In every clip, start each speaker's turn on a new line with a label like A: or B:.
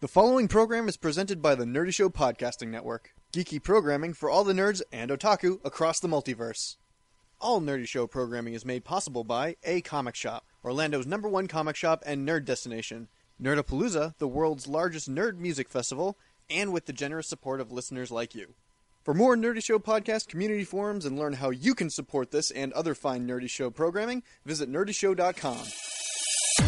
A: The following program is presented by the Nerdy Show Podcasting Network. Geeky programming for all the nerds and otaku across the multiverse. All Nerdy Show programming is made possible by A Comic Shop, Orlando's number one comic shop and nerd destination, Nerdapalooza, the world's largest nerd music festival, and with the generous support of listeners like you. For more Nerdy Show podcast community forums and learn how you can support this and other fine Nerdy Show programming, visit nerdyshow.com.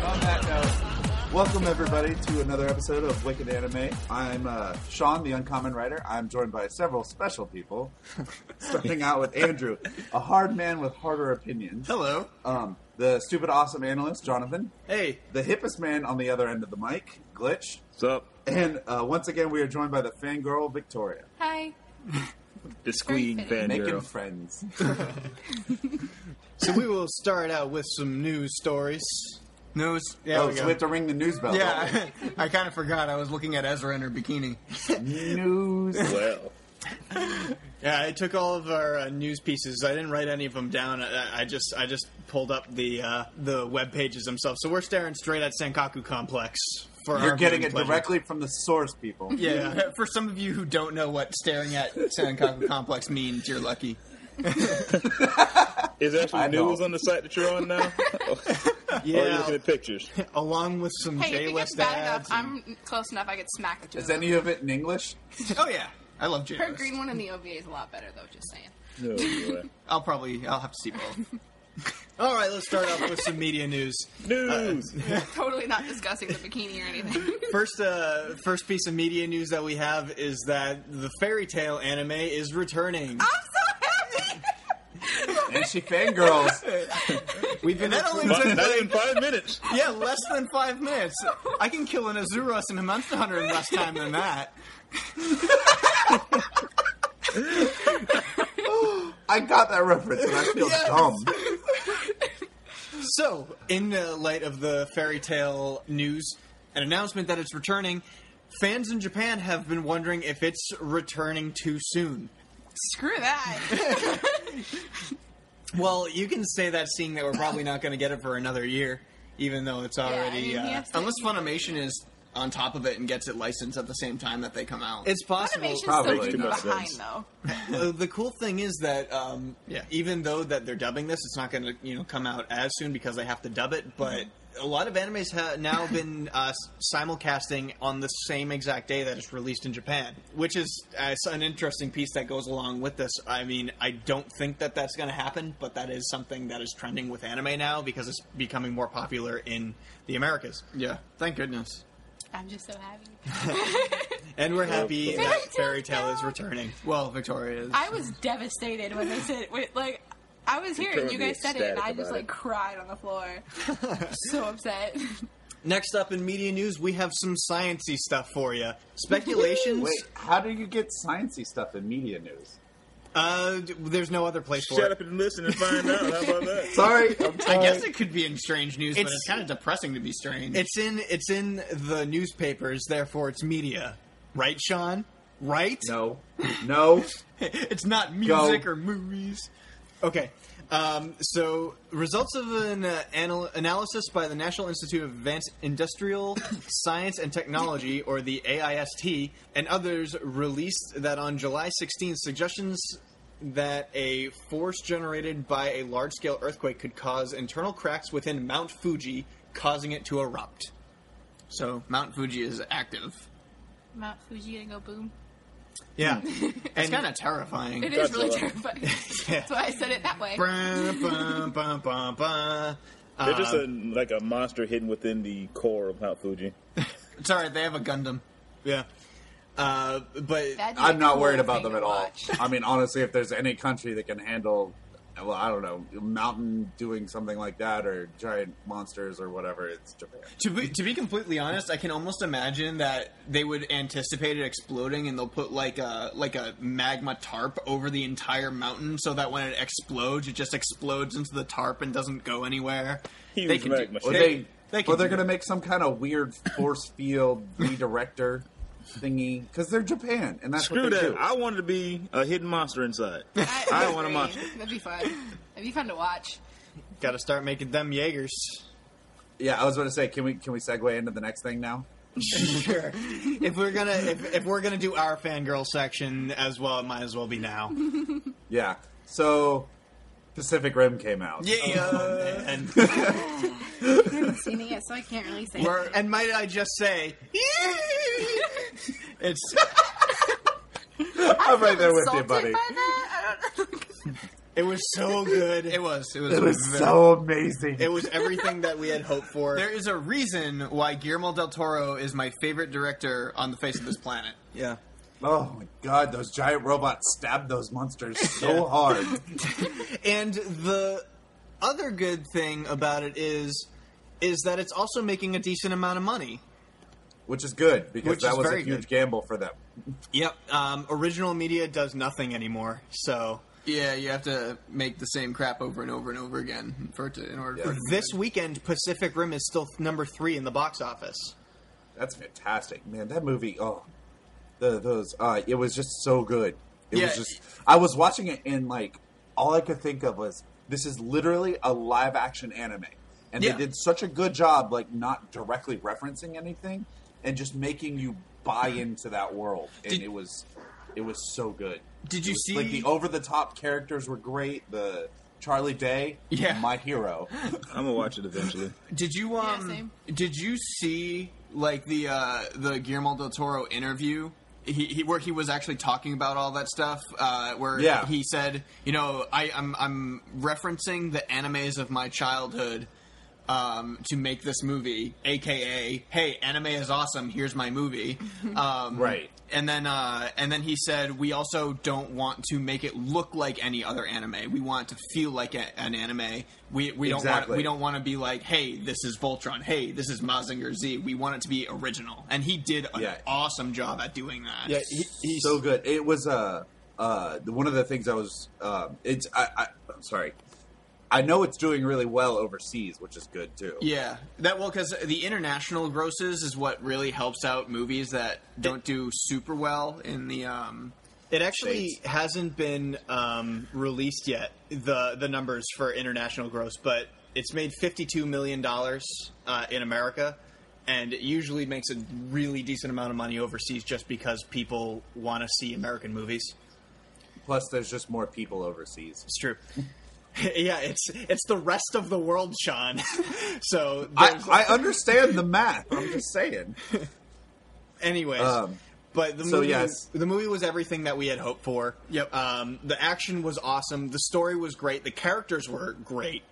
B: On that note, welcome everybody to another episode of Wicked Anime. I'm uh, Sean, the Uncommon Writer. I'm joined by several special people, starting out with Andrew, a hard man with harder opinions.
C: Hello.
B: Um, the stupid awesome analyst, Jonathan.
C: Hey.
B: The hippest man on the other end of the mic, Glitch.
D: What's up?
B: And uh, once again, we are joined by the fangirl, Victoria.
E: Hi.
D: The squeeing fan
B: Making
D: girl.
B: friends.
C: So we will start out with some news stories. News? Yeah,
B: oh, so we have to ring the news bell.
C: yeah, I kind of forgot. I was looking at Ezra in her bikini.
B: News.
D: Well,
C: Yeah, I took all of our uh, news pieces. I didn't write any of them down. I, I just I just pulled up the uh, the web pages themselves. So we're staring straight at Senkaku Complex. For
B: You're
C: our
B: getting it
C: viewing pleasure.
B: directly from the source, people.
C: Yeah, for some of you who don't know what staring at Senkaku Complex means, you're lucky.
D: is there actually
B: I know.
D: news on the site that you're on now?
F: Oh,
D: Or are you
B: Oh,
D: looking
C: Yeah,
D: at pictures?
C: along with some
E: Hey, if it gets
C: J-list
E: bad
C: ads.
E: enough, I'm close enough. I could smack the two
B: Is
E: of them.
B: any of it in English?
C: and- oh yeah, I love
E: Her
C: J-list.
E: green one in the OVA is a lot better, though. Just saying.
D: No, anyway.
C: I'll probably I'll have to see both. All right, let's start off with some media news.
D: News.
E: Totally not discussing the bikini or anything.
C: First, uh, first piece of media news that we have is that the fairy tale anime is returning.
B: And she fangirls.
C: We've been that only
D: Not
C: took
D: not
C: like,
D: even five minutes.
C: yeah less than five minutes. I can kill an Azuros and a Monster Hunter in less time than that.
B: I got that reference, and I feel
C: Yes.
B: dumb.
C: So, in the light of the fairy tale news, an announcement that it's returning, fans in Japan have been wondering if it's returning too soon.
E: Screw that.
C: Well, you can say that seeing that we're probably not going to get it for another year, even though it's
E: I
C: already.
E: mean,
C: uh,
E: yes,
C: unless
E: it's-
C: Funimation is on top of it and gets it licensed at the same time that they come out. It's possible.
E: Animation's
B: probably
E: so
B: too
E: deep
B: much
E: behind,
D: sense.
E: though.
C: Uh, the cool thing is that um,
D: Yeah.
C: even though that they're dubbing this, it's not going to you know come out as soon because they have to dub it. But a lot of animes have now been uh, simulcasting on the same exact day that it's released in Japan, which is uh, an interesting piece that goes along with this. I mean, I don't think that that's going to happen, but that is something that is trending with anime now because it's becoming more popular in the Americas. Yeah, thank goodness.
E: I'm just so happy.
C: And we're happy
D: course.
C: that Fairy
E: Fairy Tale's
C: Tale is
E: back.
C: returning. Well, Victoria is.
E: I was devastated when they said, wait, like, I was here and you
D: currently
E: guys said it, and I
D: ecstatic
E: just
D: about
E: like
D: it.
E: cried on the floor. so upset.
C: Next up in media news, we have some sciency stuff for you. Speculations.
B: Wait, how do you get sciencey stuff in media news?
C: Uh, d- there's no other place for
D: Shut
C: it. Uh,
D: up and listen and find out. How about that?
B: Sorry, I'm sorry.
G: I guess it could be in strange news, but
C: It's-
G: it's kind of depressing to be strange.
C: It's in it's in the newspapers, therefore it's media, right, Sean? Right?
B: no, no.
C: It's not
B: Go.
C: music or movies. Okay. Um, so, results of an uh, anal- analysis by the National Institute of Advanced Industrial Science and Technology, or the AIST, and others released that on July 16th, suggestions that a force generated by a large scale earthquake could cause internal cracks within Mount Fuji, causing it to erupt. So, Mount Fuji is active.
E: Mount Fuji and go boom.
H: Yeah,
C: It's kind of terrifying.
E: It is really
F: Godzilla.
E: terrifying. That's why I said it that way.
C: Bum, bum, bum, bum, bum.
F: They're just a, like a monster hidden within the core of Mount Fuji.
C: It's alright, they have a Gundam.
H: yeah. Uh,
E: That'd
H: but
E: be a
B: I'm not
E: cool
B: worried about them
E: thing to
B: at all.
E: watch.
B: I mean, honestly, if there's any country that can handle, well, I don't know, mountain doing something like that or giant monsters or whatever, it's Japan.
H: To be, to be completely honest, I can almost imagine that they would anticipate it exploding, and they'll put like a like a magma tarp over the entire mountain, so that when it explodes, it just explodes into the tarp and doesn't go anywhere.
F: Huge
H: They can
F: magma
H: do,
B: Or
F: They-
B: they,
H: they can
B: or they're
H: do
B: gonna make some kind of weird force field redirector thingy because they're Japan and that's
F: Screw
B: what they
F: that.
B: do.
F: I wanted to be a hidden monster inside.
E: I,
F: I want a
E: agree.
F: monster.
E: That'd be fun. That'd be fun to watch.
H: Got to start making them Jaegers.
B: yeah, I was gonna say, can we can we segue into the next thing now?
H: Sure. if we're gonna if, if we're gonna do our fangirl section as well, it might as well be now.
B: Yeah. So, Pacific Rim came out.
H: Yeah. Um, and,
E: haven't seen it yet, so I can't really say.
H: we're- and might I just say, it's
B: I'm right there with you,
E: insulted
B: buddy.
E: by that? I don't know.
H: it was so good. It was. It was.
B: It was so amazing.
H: It was everything that we had hoped for. There is a reason why Guillermo del Toro is my favorite director on the face of this planet. Yeah.
B: Oh my god, those giant robots stabbed those monsters so hard.
H: And the other good thing about it is is that it's also making a decent amount of money.
B: Which is good because
H: Which
B: that
H: is
B: was a
H: very
B: huge
H: good.
B: gamble for them.
H: Yep. Um, original media does nothing anymore. So
C: Yeah, you have to make the same crap over and over and over again for it to, in order for
B: Yeah.
C: it to
H: this weekend, Pacific Rim is still number three in the box office.
B: That's fantastic. Man, that movie, oh the, those uh it was just so good. It
C: Yeah.
B: was just I was watching it and like all I could think of was this is literally a live action anime. And
C: Yeah.
B: they did such a good job like not directly referencing anything and just making you buy into that world. And
C: Mm-hmm. Did-
B: it was it was so good.
C: Did you
B: It was-
C: see-
B: like the over the top characters were great. The Charlie Day,
C: Yeah.
B: my hero.
F: I'm gonna watch it eventually.
C: Did you um?
E: same.
C: did you see like the uh, the Guillermo del Toro interview? He, he, where he was actually talking about all that stuff, uh, where
B: Yeah.
C: he said, you know, I, I'm I'm referencing the animes of my childhood um, to make this movie, aka, hey, anime is awesome. Here's my movie, um,
B: Right.
C: And then uh, and then he said, we also don't want to make it look like any other anime. We want it to feel like a, an anime. We we don't want
B: Exactly.
C: we don't want to be like, hey, this is Voltron. Hey, this is Mazinger Z. We want it to be original, and he did an
B: Yeah.
C: awesome job at doing that.
H: Yeah, he, he's
B: so good. It was uh, uh, the- one of the things I was. Um, it's I, I. I'm sorry. I know it's doing really well overseas, which is good too.
C: Yeah, that well because the international grosses is what really helps out movies that don't do super well in the um.
H: It actually
C: States.
H: hasn't been um, released yet. the The numbers for international gross, but it's made fifty two million dollars uh, in America, and it usually makes a really decent amount of money overseas just because people want to see American movies.
B: Plus, there's just more people overseas.
H: It's true. yeah, it's it's the rest of the world, Sean. so
B: I,
H: there's-
B: I understand the math. I'm just saying.
H: Anyways,
B: Um,
H: but the
B: so
H: movie,
B: yes.
H: the movie was everything that we had hoped for. Yep. Um, the action was awesome. The story was great. The characters were great.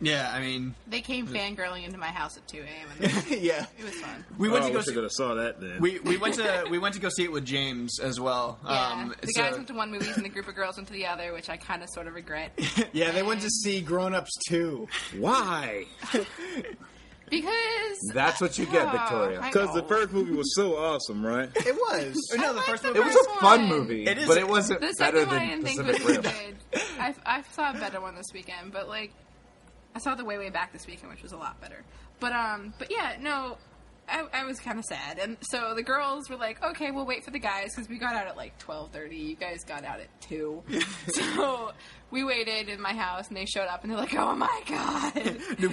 C: Yeah, I mean,
E: They came fangirling into my house at 2 a.m. and it
H: yeah.
E: was fun.
C: we
F: Oh,
C: went
F: I
C: to go.
F: wish I
C: See,
F: could have saw that then.
C: we we went to we went to go see it with James as well.
E: Yeah,
C: um,
E: the
C: so-
E: guys went to one movie and the group of girls went to the other, which I kind of sort of regret
H: Yeah, they went to see Grown Ups too.
F: Why?
E: because
B: That's what you get,
E: Oh,
B: Victoria.
E: I
F: Because the
E: know.
F: first movie was so awesome, right?
H: It was. Or no, the
E: I
H: first
E: liked
H: movie.
B: It was a fun
E: one.
B: movie,
H: It is-
B: but it wasn't
E: the
B: better
E: second one I
B: than
E: didn't think
B: Pacific
E: was as
B: Rim.
E: good. I, I saw a better one this weekend, but like I saw the way way back this weekend, which was a lot better. But um, but yeah, no, I, I was kind of sad, and so the girls were like, "Okay, we'll wait for the guys because we got out at like twelve thirty. You guys got out at two, so we waited in my house, and they showed up, and they're like, "Oh my god!"
C: Dude,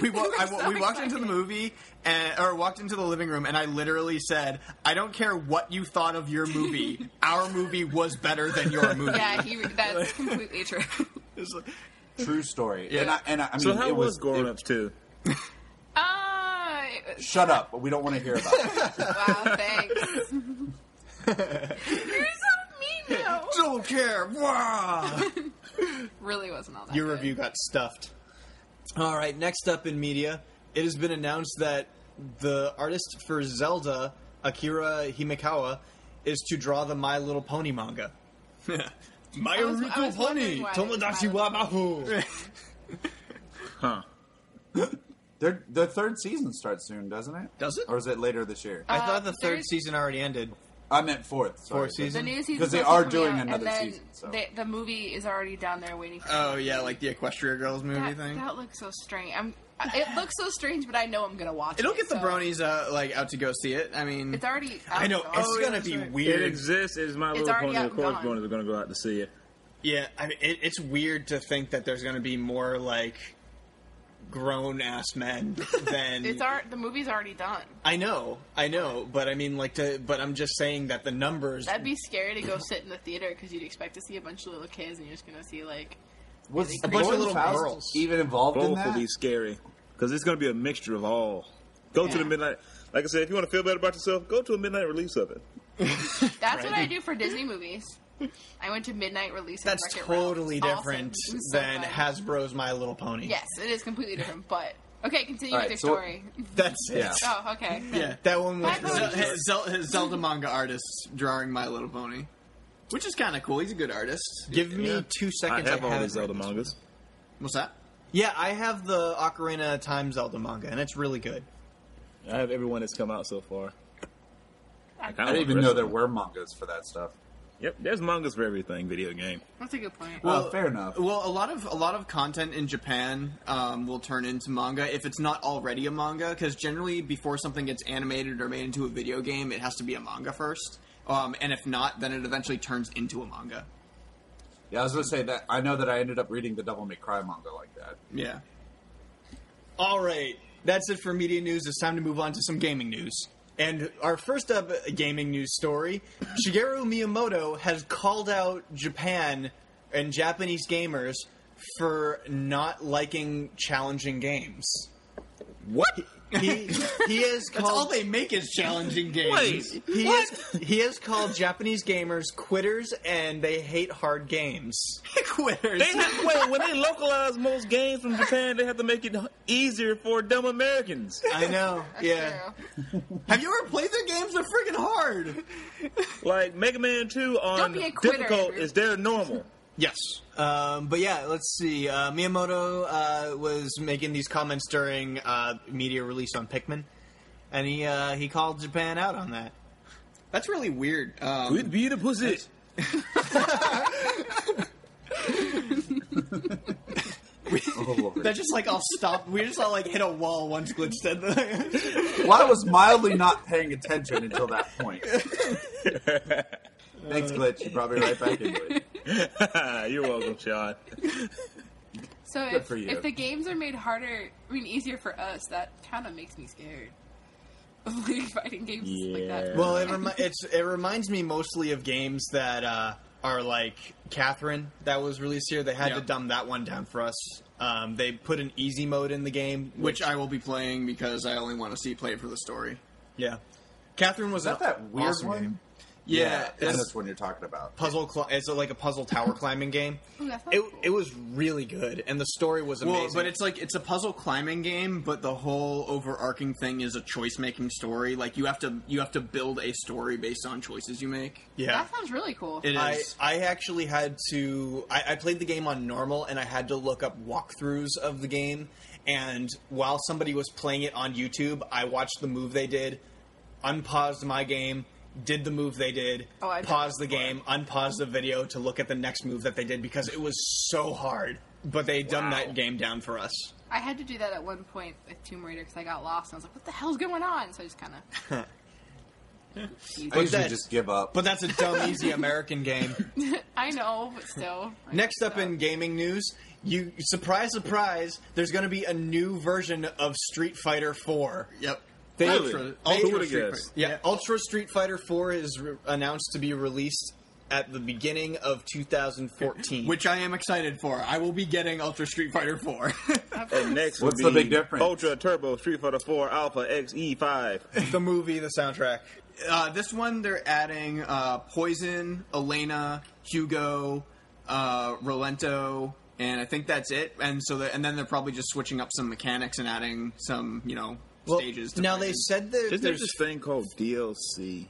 C: we, wa-
E: were
C: I wa-
E: so
C: we walked into the
E: excited.
C: movie and, or walked into the living room, and I literally said, "I don't care what you thought of your movie. Our movie was better than your movie."
E: Yeah, he, that's completely true.
B: True story. And I, and I, I mean,
F: So how
B: it
F: was,
B: was.
F: Grown
B: it-
F: Ups too?
E: Uh, it was-
B: Shut up! We don't want to hear about it.
E: wow, thanks. You're so mean. No.
C: Don't care. Wah!
E: really wasn't all that.
H: Your
E: good.
H: review got stuffed. All right, next up in media, it has been announced that the artist for Zelda, Akira Himekawa, is to draw the My Little Pony manga.
C: My
E: I was- I
C: Eureka
E: was wondering
C: Pony.
E: why
H: Tomodachi
E: Violet-
H: wa Mahu.
B: Their their third season starts soon, doesn't it?
C: Does it?
B: Or is it later this year?
H: I thought the
E: Uh,
H: third
E: there's-
H: season already ended.
B: I meant fourth. sorry.
H: Fourth season?
E: The new season
B: 'Cause they
E: supposed
B: are
E: to come
B: doing
E: out,
B: another
E: and then
B: season, so.
E: the, the movie is already down there waiting for.
C: Oh yeah, like the Equestria Girls movie
E: that,
C: thing.
E: that looks so strange. I'm. It looks so strange, but I know I'm gonna watch
C: It'll
E: it.
C: get the
E: so-
C: bronies uh, like out to go see it. I mean,
E: It's already. Out, Oh,
C: I know
E: so-
C: it's
H: yeah,
C: gonna
H: that's
C: be
H: right.
F: It
C: weird.
F: exists. Is My Little
E: already
F: Pony?
E: out
F: Of
E: and
F: course,
E: gone.
F: Boners are going to go out to see it.
C: yeah, I mean, it, it's weird to think that there's gonna be more like grown ass men than
E: It's our the movie's already done.
C: I know, I know, but I mean, like to, but I'm just saying that the numbers.
E: That'd be scary to go sit in the theater because you'd expect to see a bunch of little kids, and you're just gonna see like
B: Was
E: A bunch of
B: Gordon
C: little
B: Fawkes
C: girls.
B: even involved in
F: Both
B: that?
F: will be scary because it's going to be a mixture of all. Go to
E: Yeah.
F: the midnight. Like I said, if you want to feel better about yourself, go to a midnight release of it.
E: that's what I do for Disney movies. I went to midnight release. of
C: that's
E: Wreck-It Ralph.
C: totally
E: Awesome.
C: different
E: It was so
C: than
E: fun.
C: Hasbro's My Little Pony.
E: Yes, it is completely different. But okay, continue
B: All right,
E: with your
B: so-
E: story.
C: that's it.
B: Yeah.
E: oh, okay.
C: Yeah, that one was
E: Bye, Pony.
C: Zel- Zel- Zelda manga artist drawing My Little Pony, which is kind of cool. He's a good artist.
H: Give me two
F: I
H: seconds.
F: have all the
H: haven't
F: Zelda
H: read this.
F: mangas.
C: What's that?
H: Yeah, I have the Ocarina of Time Zelda manga, and it's really good.
F: I have everyone that's come out so far. I,
B: I didn't even know there were mangas for that stuff.
F: Yep, there's mangas for everything. Video game.
E: That's a good point.
B: Well, Oh, fair enough.
C: Well, a lot of a lot of content in Japan um, will turn into manga if it's not already a manga, because generally before something gets animated or made into a video game, it has to be a manga first. Um, and if not, then it eventually turns into a manga.
B: Yeah, I was gonna say that. I know that I ended up reading the Devil May Cry manga like that.
C: Yeah. All right, that's it for media news. It's time to move on to some gaming news. And our first up uh, gaming news story: Shigeru Miyamoto has called out Japan and Japanese gamers for not liking challenging games.
F: What?
C: He he is called.
H: That's all they make is challenging games.
C: Wait, he is he has called Japanese gamers quitters and they hate hard games.
H: Quitters.
F: They have, wait, when they localize most games from Japan, they have to make it easier for dumb Americans.
C: I know. yeah.
E: True.
C: Have you ever played their games? They're freaking hard.
F: Like Mega Man 2 on
E: be a quitter,
F: difficult
E: Andrew.
F: is their normal.
C: Yes. Um, but yeah, let's see. Uh, Miyamoto uh, was making these comments during uh, media release on Pikmin, and he uh, he called Japan out on that. That's really weird. Um,
F: We'd be the pussy.
B: Oh, Lord.
C: that just like all stopped. We just all like hit a wall once Glitch said that.
B: well, I was mildly not paying attention until that point. Thanks, Glitch. You brought me right back into it.
F: You're welcome, Sean.
E: So if,
B: for you.
E: if the games are made harder, I mean easier for us, that kind of makes me scared. Of like fighting games like that.
F: Yeah.
C: Well, it, remi- it's, it reminds me mostly of games that uh, are like Catherine that was released here. They had to
H: Yeah.
C: dumb that one down for us. Um, they put an easy mode in the game, which,
H: Which I will be playing because I only want to see play it for the story.
C: yeah, Catherine
B: Is
C: was
B: that
C: an
B: that weird
C: awesome
B: one?
C: game. Yeah,
B: I know
C: it's
B: that's one you're talking about.
C: puzzle. Cl- it's like a puzzle tower climbing game.
E: Ooh, that sounds
C: It,
E: cool.
C: it was really good, and the story was amazing.
H: Well, but it's like it's a puzzle climbing game, but the whole overarching thing is a choice making story. Like you have to you have to build a story based on choices you make.
C: yeah,
E: That sounds really cool.
H: It
C: I,
H: is.
C: I actually had to. I, I played the game on normal, and I had to look up walkthroughs of the game. And while somebody was playing it on YouTube, I watched the move they did, unpaused my game, did the move they did,
E: Oh, I've done
C: paused
E: that
C: the game, unpaused the video to look at the next move that they did because it was so hard. But they dumbed that game down for us.
E: I had to do that at one point with Tomb Raider because I got lost and I was like, "What the hell's going on?" So I just kind of.
B: I usually
C: that-
B: just give up.
C: But that's a dumb, easy American game.
E: I know, but still. I
C: Next
E: messed
C: up in gaming news, you surprise, surprise. There's going to be a new version of Street Fighter 4.
H: Yep.
C: They,
F: Really?
C: Ultra,
F: Who
C: Ultra
F: would've
C: Street
F: guessed?
C: Fighter- Yeah, Ultra Street Fighter 4 is re- announced to be released at the beginning of 2014.
H: Which I am excited for. I will be getting Ultra Street Fighter 4.
F: And next
B: What's
F: would
B: the
F: be
B: big difference?
D: E
F: Ultra Turbo Street Fighter 4 Alpha XE5.
C: the movie, the soundtrack. Uh, this one they're adding uh, Poison, Elena, Hugo, uh, Rolento, and I think that's it. And so, the, and then they're probably just switching up some mechanics and adding some, you know, stages. To
H: now
C: play
H: they
C: in.
H: said that
D: Isn't there
H: there's
D: this thing called DLC?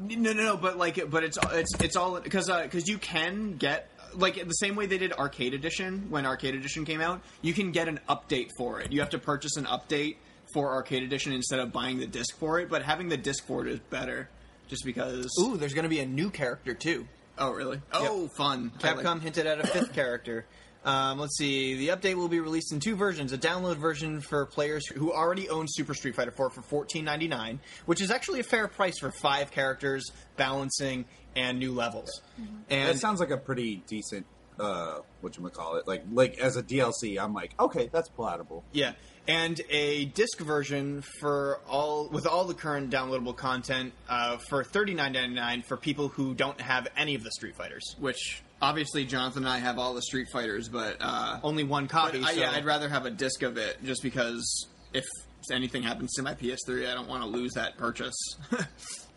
C: No, no, no. But like, but it's it's it's all because because you can get like the same way they did Arcade Edition when Arcade Edition came out. You can get an update for it. You have to purchase an update for Arcade Edition instead of buying the disc for it. But having the disc for it is better, just because.
H: ooh, there's going to be a new character too.
C: Oh, really? Oh, fun. I like-
H: Capcom hinted at a fifth character. Um, let's see. The update will be released in two versions: a download version for players who already own Super Street Fighter 4 for fourteen ninety nine, which is actually a fair price for five characters, balancing, and new levels. And
B: That sounds like a pretty decent, uh, what you call it? Like, like as a DLC, I'm like, okay, that's palatable.
H: Yeah, and a disc version for all with all the current downloadable content uh, for thirty nine ninety nine for people who don't have any of the Street Fighters.
C: which obviously Jonathan and I have all the Street Fighters, but uh,
H: Only one copy.
C: I,
H: so
C: yeah, I'd rather have a disc of it just because if anything happens to my PS3, I don't want to lose that purchase.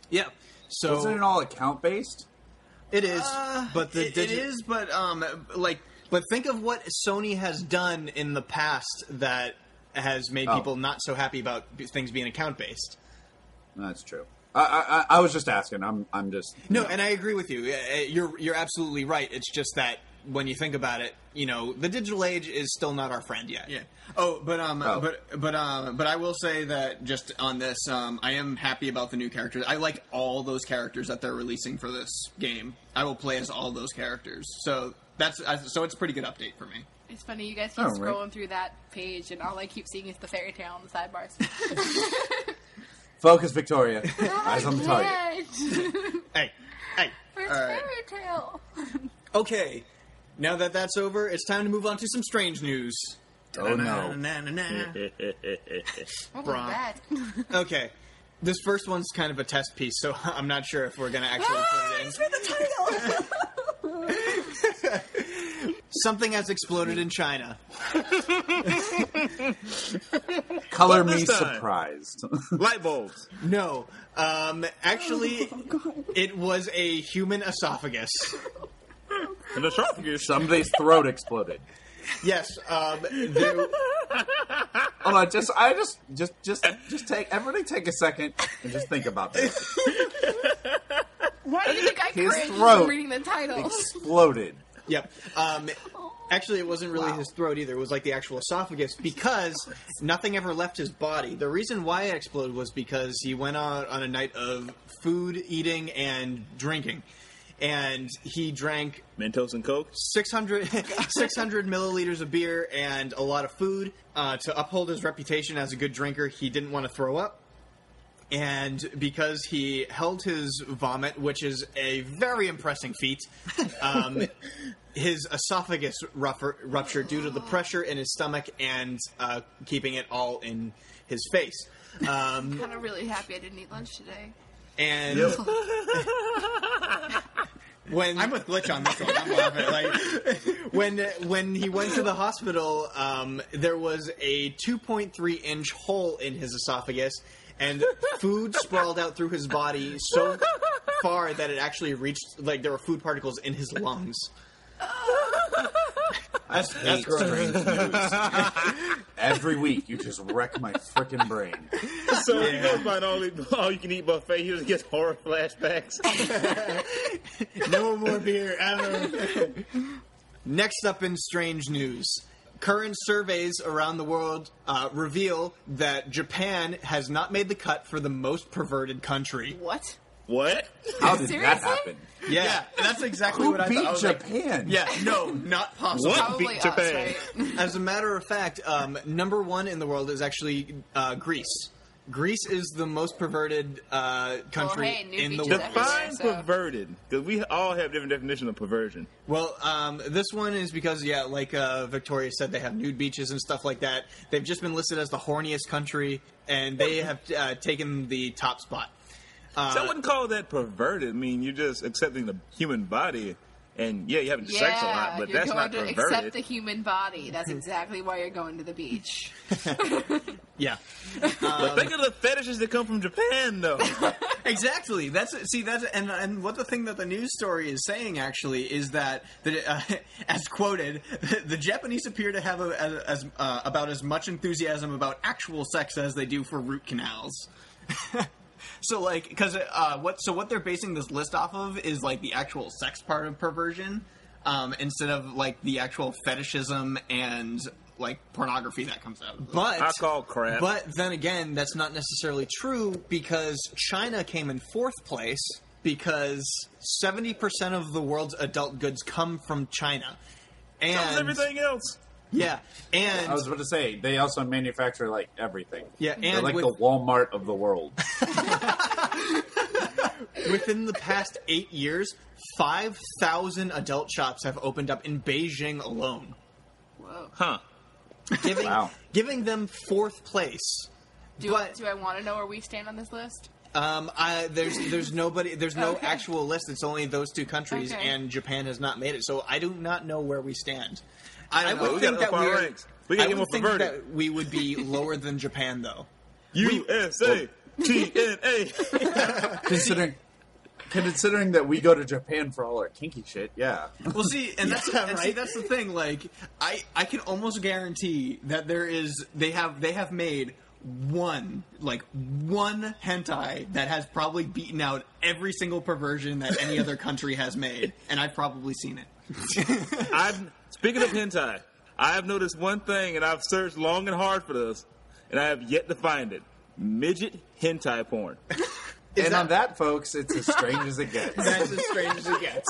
H: yeah. So
B: Isn't it all account based?
H: It is, but the
C: it, it
H: digi-
C: is, but um, like
H: But think of what Sony has done in the past that has made
B: Oh.
H: people not so happy about b- things being account based.
B: That's true. I, I, I was just asking. I'm, I'm just
H: No, and I agree with you. Uh, You're you're absolutely right. It's just that when you think about it, you know, the digital age is still not our friend yet.
C: Yeah. Oh, but um,
B: Oh.
C: but but um, but I will say that just on this, um, I am happy about the new characters. I like all those characters that they're releasing for this game. I will play as all those characters. So that's I- so it's a pretty good update for me.
E: It's funny, you guys keep
B: Oh, right.
E: scrolling through that page, and all I keep seeing is the fairy tale on the sidebars.
B: focus, Victoria, as I'm target.
H: Hey, hey.
E: Where's fairy tale?
H: Okay. Now that that's over, it's time to move on to some strange news.
B: Oh no!
E: What was that?
H: Okay. This first one's kind of a test piece, so I'm not sure if we're going to actually put it in. Something has exploded in China.
B: Color me
D: this time.
B: surprised.
D: Light bulbs.
H: No. Um, actually, it was a human esophagus.
D: And the esophagus.
B: Somebody's throat exploded.
H: Yes. Um, there,
B: Hold on, just I just just just just take everybody take a second and just think about this.
E: Why do you think I
B: His
E: cringed
B: throat
E: from reading the title?
B: Exploded.
H: yep. Um, actually, it wasn't really his throat either. It was like the actual esophagus because nothing ever left his body. The reason why it exploded was because he went out on a night of food eating and drinking. And he drank
D: Mentos and Coke.
H: 600, 600 milliliters of beer and a lot of food uh, to uphold his reputation as a good drinker. He didn't want to throw up. And because he held his vomit, which is a very impressive feat, um, his esophagus ruffer, ruptured due to the pressure in his stomach and uh, keeping it all in his face. Um,
E: I'm really happy I didn't eat lunch today.
H: and when I'm with Glitch on this one, I'm laughing. Like when when he went to the hospital, um, there was a 2.3 inch hole in his esophagus, and food sprawled out through his body so far that it actually reached like there were food particles in his lungs. That's, that's strange.
B: Every week you just wreck my freaking brain.
D: So he goes by an all, all you can eat buffet. He just gets horror flashbacks.
H: No more beer ever. Next up in strange news. Current surveys around the world uh, reveal that Japan has not made the cut for the most perverted country.
E: What?
D: what?
B: How did that
E: Seriously?
B: happen?
H: Yeah, that's exactly
B: Who
H: what I
B: beat
H: thought. I was like,
B: Japan?
H: yeah, no, not possible.
D: What?
E: Probably
D: beat
E: us,
D: Japan.
E: right?
H: As a matter of fact, um, number one in the world is actually uh, Greece. Greece is the most perverted uh, country
E: Oh, hey, new
H: in the
E: beaches
H: world.
E: everywhere.
D: Define
E: So-
D: perverted, because we all have different definitions of perversion.
H: Well, um, this one is because, yeah, like uh, Victoria said, they have nude beaches and stuff like that. They've just been listed as the horniest country, and they have uh, taken the top spot. Uh,
E: Uh,
D: so I wouldn't call that perverted. I mean, you're just accepting the human body And yeah, you having sex a lot, but
E: you're
D: that's
E: going
D: not
E: to
D: perverted.
E: accept the human body. That's exactly why you're going to the beach.
H: Yeah,
F: But think of the fetishes that come from Japan, though.
H: exactly. That's see that's and and what the thing that the news story is saying actually is that the, uh, as quoted, the Japanese appear to have a, a, as uh, about as much enthusiasm about actual sex as they do for root canals. So like, because uh, what so what they're basing this list off of is like the actual sex part of perversion, um, instead of like the actual fetishism and like pornography that comes out. Of this. But
D: I call crap.
H: But then again, that's not necessarily true because China came in fourth place because seventy percent of the world's adult goods come from China. And
F: That was everything else.
H: yeah, and
D: Oh,
B: I was about to say they also manufacture like everything.
H: Yeah,
B: They're
H: and
B: like
H: with-
B: the Walmart of the world.
H: Within the past eight years, 5,000 adult shops have opened up in Beijing alone,
E: Whoa.
D: huh?
H: giving,
B: Wow.
H: giving them fourth place.
E: Do,
H: But-
E: do I want to know where we stand on this list?
H: Um, I, there's there's nobody there's no
E: Okay.
H: actual list. It's only those two countries,
E: Okay.
H: and Japan has not made it. So I do not know where we stand. I,
D: know. We gotta up our
H: we're-
D: ranks. We gotta
H: I
D: get
H: would
D: more
H: think
D: perverted.
H: that we would be lower than Japan, though.
D: USA TNA.
B: considering considering that we go to Japan for all our kinky shit, yeah.
H: Well, see, and that's and see,
B: right.
H: that's the thing. Like, I I can almost guarantee that there is they have they have made one like one hentai that has probably beaten out every single perversion that any other country has made, and I've probably seen it.
D: I've speaking of hentai, I have noticed one thing, and I've searched long and hard for this, and I have yet to find it: midget hentai porn.
B: and on that, folks, it's as strange as it gets.
H: That's as strange as it gets.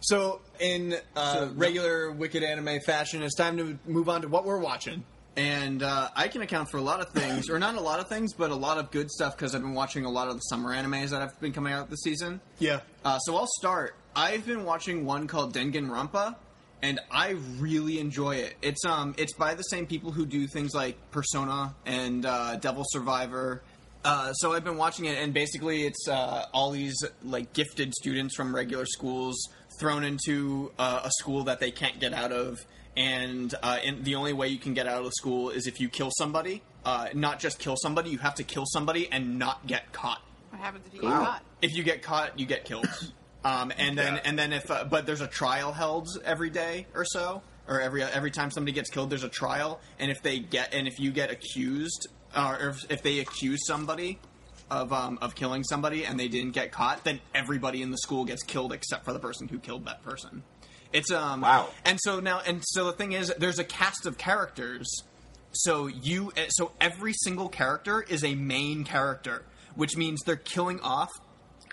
H: So, in uh, regular Wicked anime fashion, it's time to move on to what we're watching. And uh, I can account for a lot of things, or not a lot of things, but a lot of good stuff because I've been watching a lot of the summer animes that have been coming out this season.
C: Yeah.
H: Uh, so I'll start. I've been watching one called Danganronpa, and I really enjoy it. It's um, it's by the same people who do things like Persona and uh, Devil Survivor. Uh, so I've been watching it, and basically, it's uh, all these like gifted students from regular schools thrown into uh, a school that they can't get out of, and, uh, and the only way you can get out of school is if you kill somebody. Uh, not just kill somebody, you have to kill somebody and not get caught
E: What happens if you get caught?
H: if you get caught, you get killed. Um, and then and then if uh, but there's a trial held every day or so, or every uh, every time somebody gets killed, there's a trial. And if they get and if you get accused, uh, or if, if they accuse somebody of um, of killing somebody and they didn't get caught, then everybody in the school gets killed except for the person who killed that person. It's um
B: Wow.
H: And so now and so the thing is, there's a cast of characters so you, uh, so every single character is a main character, which means they're killing off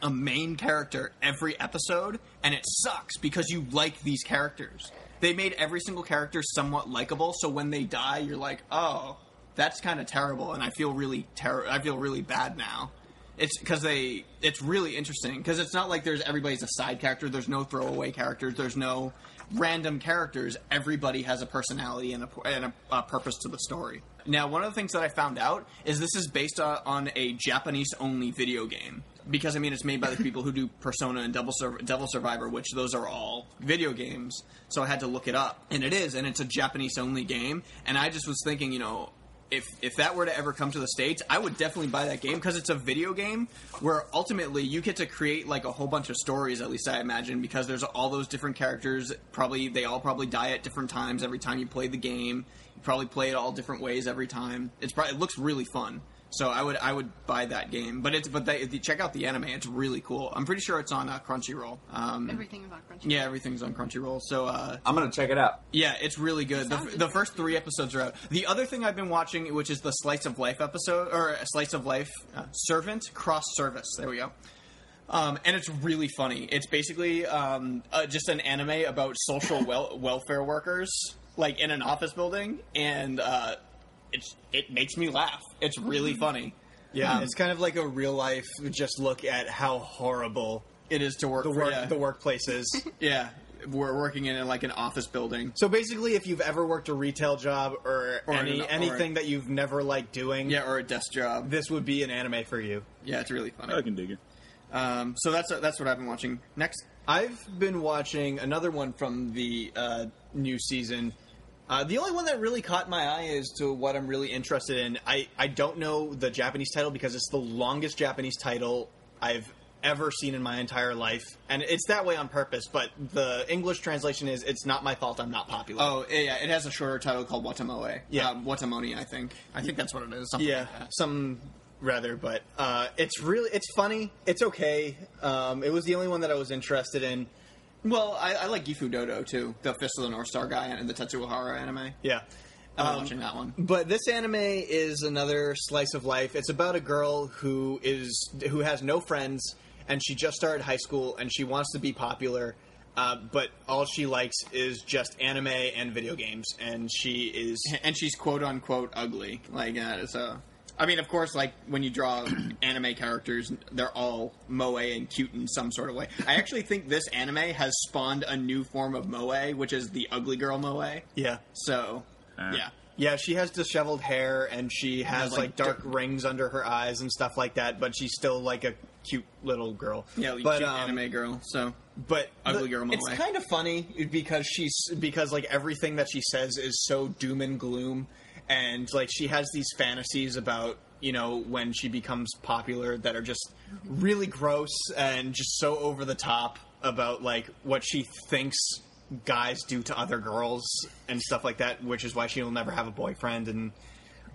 H: a main character every episode, and it sucks because you like these characters. They made every single character somewhat likable, so when they die, you're like, oh, that's kind of terrible, and I feel really ter- I feel really bad now. It's because they. It's really interesting because it's not like there's everybody's a side character. There's no throwaway characters. There's no random characters. Everybody has a personality and a and a, a purpose to the story. Now, one of the things that I found out is this is based uh, on a Japanese only video game because I mean it's made by the people who do Persona and Devil, Sur- Devil Survivor, which those are all video games. So I had to look it up, and it is, and it's a Japanese only game. And I just was thinking, you know, if if that were to ever come to the states, I would definitely buy that game because it's a video game where ultimately you get to create like a whole bunch of stories. At least I imagine because there's all those different characters. Probably they all probably die at different times every time you play the game. You probably play it all different ways every time. It's probably it looks really fun. So I would I would buy that game, but it's but they, if you check out the anime, it's really cool. I'm pretty sure it's on uh, Crunchyroll. Um,
E: Everything is on Crunchyroll.
H: yeah, everything's on Crunchyroll. So uh,
B: I'm gonna check it out.
H: yeah, it's really good. The,
E: sounds
H: the first three episodes are out. The other thing I've been watching, which is the slice of life episode or slice of life uh, servant cross service. There we go. Um, and it's really funny. It's basically um, uh, just an anime about social wel- welfare workers, like in an office building, and uh, it's it makes me laugh. It's really
C: Mm-hmm.
H: funny.
C: Yeah.
H: Um,
C: it's kind of like a real life just look at how horrible
H: It is to work
C: the
H: for-
C: work
H: yeah.
C: the workplace is.
H: Yeah, we're working in like an office building.
C: so basically if you've ever worked a retail job or,
H: Or
C: any
H: an- or-
C: anything that you've never liked doing,
H: Yeah, or a desk job.
C: this would be an anime for you.
H: Yeah, it's really funny.
D: I can dig it.
H: Um, so that's that's what I've been watching. Next, I've been watching another one from the uh, new season. Uh, the only one that really caught my eye as to what I'm really interested in. I, I don't know the Japanese title because it's the longest Japanese title I've ever seen in my entire life, and it's that way on purpose. But the English translation is "It's not my fault. I'm not popular."
C: Oh, yeah, it has a shorter title called Watamoe.
H: Yeah.
C: Um, Watamoni, I think. I think that's what it is. Something
H: yeah,
C: like that.
H: some rather, but uh, it's really it's funny. It's okay. Um, it was the only one that I was interested in.
C: Well, I, I like Gifu Dodo, too. The Fist of the North Star guy and the Tetsuohara anime.
H: Yeah.
C: I'm
H: Um,
C: watching that one.
H: But this anime is another slice of life. It's about a girl who is who has no friends, and she just started high school, and she wants to be popular, uh, but all she likes is just anime and video games, and she is
C: and she's quote unquote ugly. Like that is a. I mean, of course, like when you draw anime characters, they're all moe and cute in some sort of way. I actually think this anime has spawned a new form of moe, which is the ugly girl moe.
H: yeah.
C: So, yeah.
H: Yeah, she has disheveled hair and she has
C: has, like,
H: like dark
C: d-
H: rings under her eyes and stuff like that, but she's still like a cute little girl.
C: Yeah,
H: but,
C: cute
H: um,
C: anime girl. So,
H: but
C: Ugly
H: the-
C: girl Moe.
H: It's kind of funny because she's because like everything that she says is so doom and gloom, and like she has these fantasies about you know when she becomes popular that are just really gross and just so over the top about like what she thinks guys do to other girls and stuff like that, which is why she'll never have a boyfriend and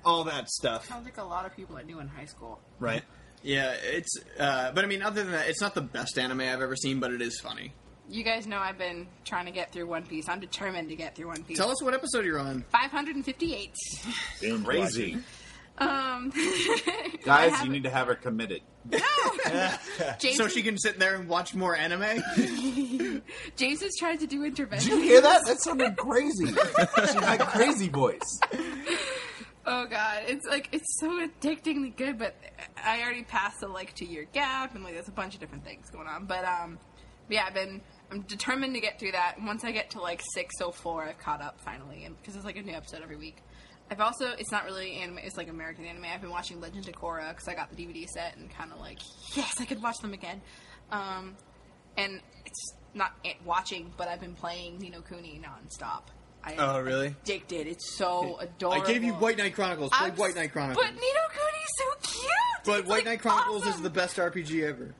H: all that stuff,
E: Sounds like a lot of people are new in high school.
H: right?
C: yeah, it's. Uh, but I mean, other than that, it's not the best anime I've ever seen, but it is funny.
E: You guys know I've been trying to get through One Piece. I'm determined to get through One Piece.
C: Tell us what episode you're on.
E: 558.
B: Crazy.
E: Um,
B: Guys, you need to have her committed.
E: James,
C: So she can sit there and watch more anime.
E: James has tried to do intervention.
B: You hear that? That sounded crazy. she had crazy voice.
E: Oh god, it's like it's so addictingly good, but I already passed the like two year gap, and like there's a bunch of different things going on. But um, but yeah, I've been I'm determined to get through that. And once I get to like six oh four, I've caught up finally, and because there's like a new episode every week. I've also it's not really anime, it's like American anime. I've been watching Legend of Korra because I got the DVD set and kind of like yes, I could watch them again. Um, and it's not a- watching, but I've been playing Nino Kuni nonstop. I am
H: Oh, really?
E: Addicted. It's so
C: I
E: adorable.
C: gave you White Knight Chronicles. Play
E: I'm
C: White
E: s-
C: Knight Chronicles.
E: But Nino Cooney's so cute.
C: But
E: It's,
C: White
E: like,
C: Knight Chronicles
E: awesome. Uh,
C: is the best RPG ever.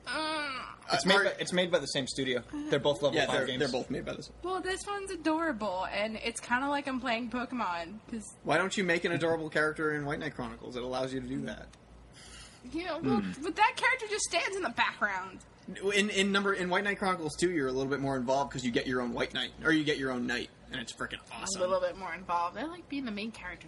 H: It's made by, it's made by the same studio. They're both level
C: yeah,
H: five
C: they're,
H: games.
C: they're both made by this.
E: Well, this one's adorable, and it's kind of like I'm playing Pokemon because
C: Why don't you make an adorable character in White Knight Chronicles? It allows you to do that.
E: you know, well,
C: Hmm.
E: but that character just stands in the background.
C: In in number in White Knight Chronicles 2, you're a little bit more involved because you get your own White Knight or you get your own knight, and it's freaking
E: A little
C: awesome.
E: bit more involved. I like being the main character.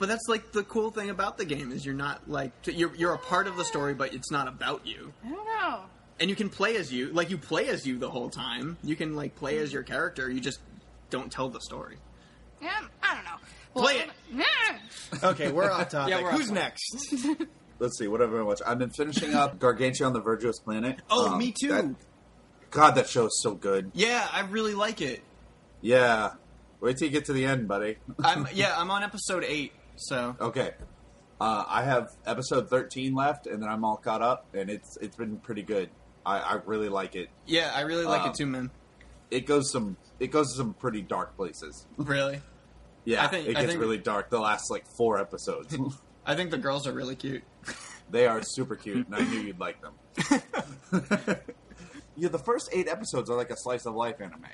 C: But that's like the cool thing about the game is you're not like you're you're a part of the story, but it's not about you.
E: I don't know.
C: And you can play as you, like you play as you the whole time. You can like play as your character. You just don't tell the story.
E: Yeah, I don't know. Well,
C: Play it.
E: yeah.
H: Okay, we're off topic.
C: Yeah, we're off
H: Who's
C: topic.
H: next?
B: Let's see, what have I been watching? I've been finishing up Gargantua on the Virtuous Planet. Um,
C: Oh, me too.
B: that- God, that show's so good.
C: Yeah, I really like it.
B: Yeah. Wait till you get to the end, buddy.
C: I'm yeah, I'm on episode eight, so
B: Okay. Uh, I have episode 13 left, and then I'm all caught up, and it's it's been pretty good. I, I really like it.
C: yeah, I really like
B: Um,
C: it too, man.
B: It goes some it goes to some pretty dark places.
C: Really,
B: Yeah,
C: I think-
B: it
C: I
B: gets
C: think-
B: really dark. The last like four episodes,
C: I think the girls are really cute.
B: they are super cute, and I knew you'd like them. yeah, the first eight episodes are like a slice of life anime,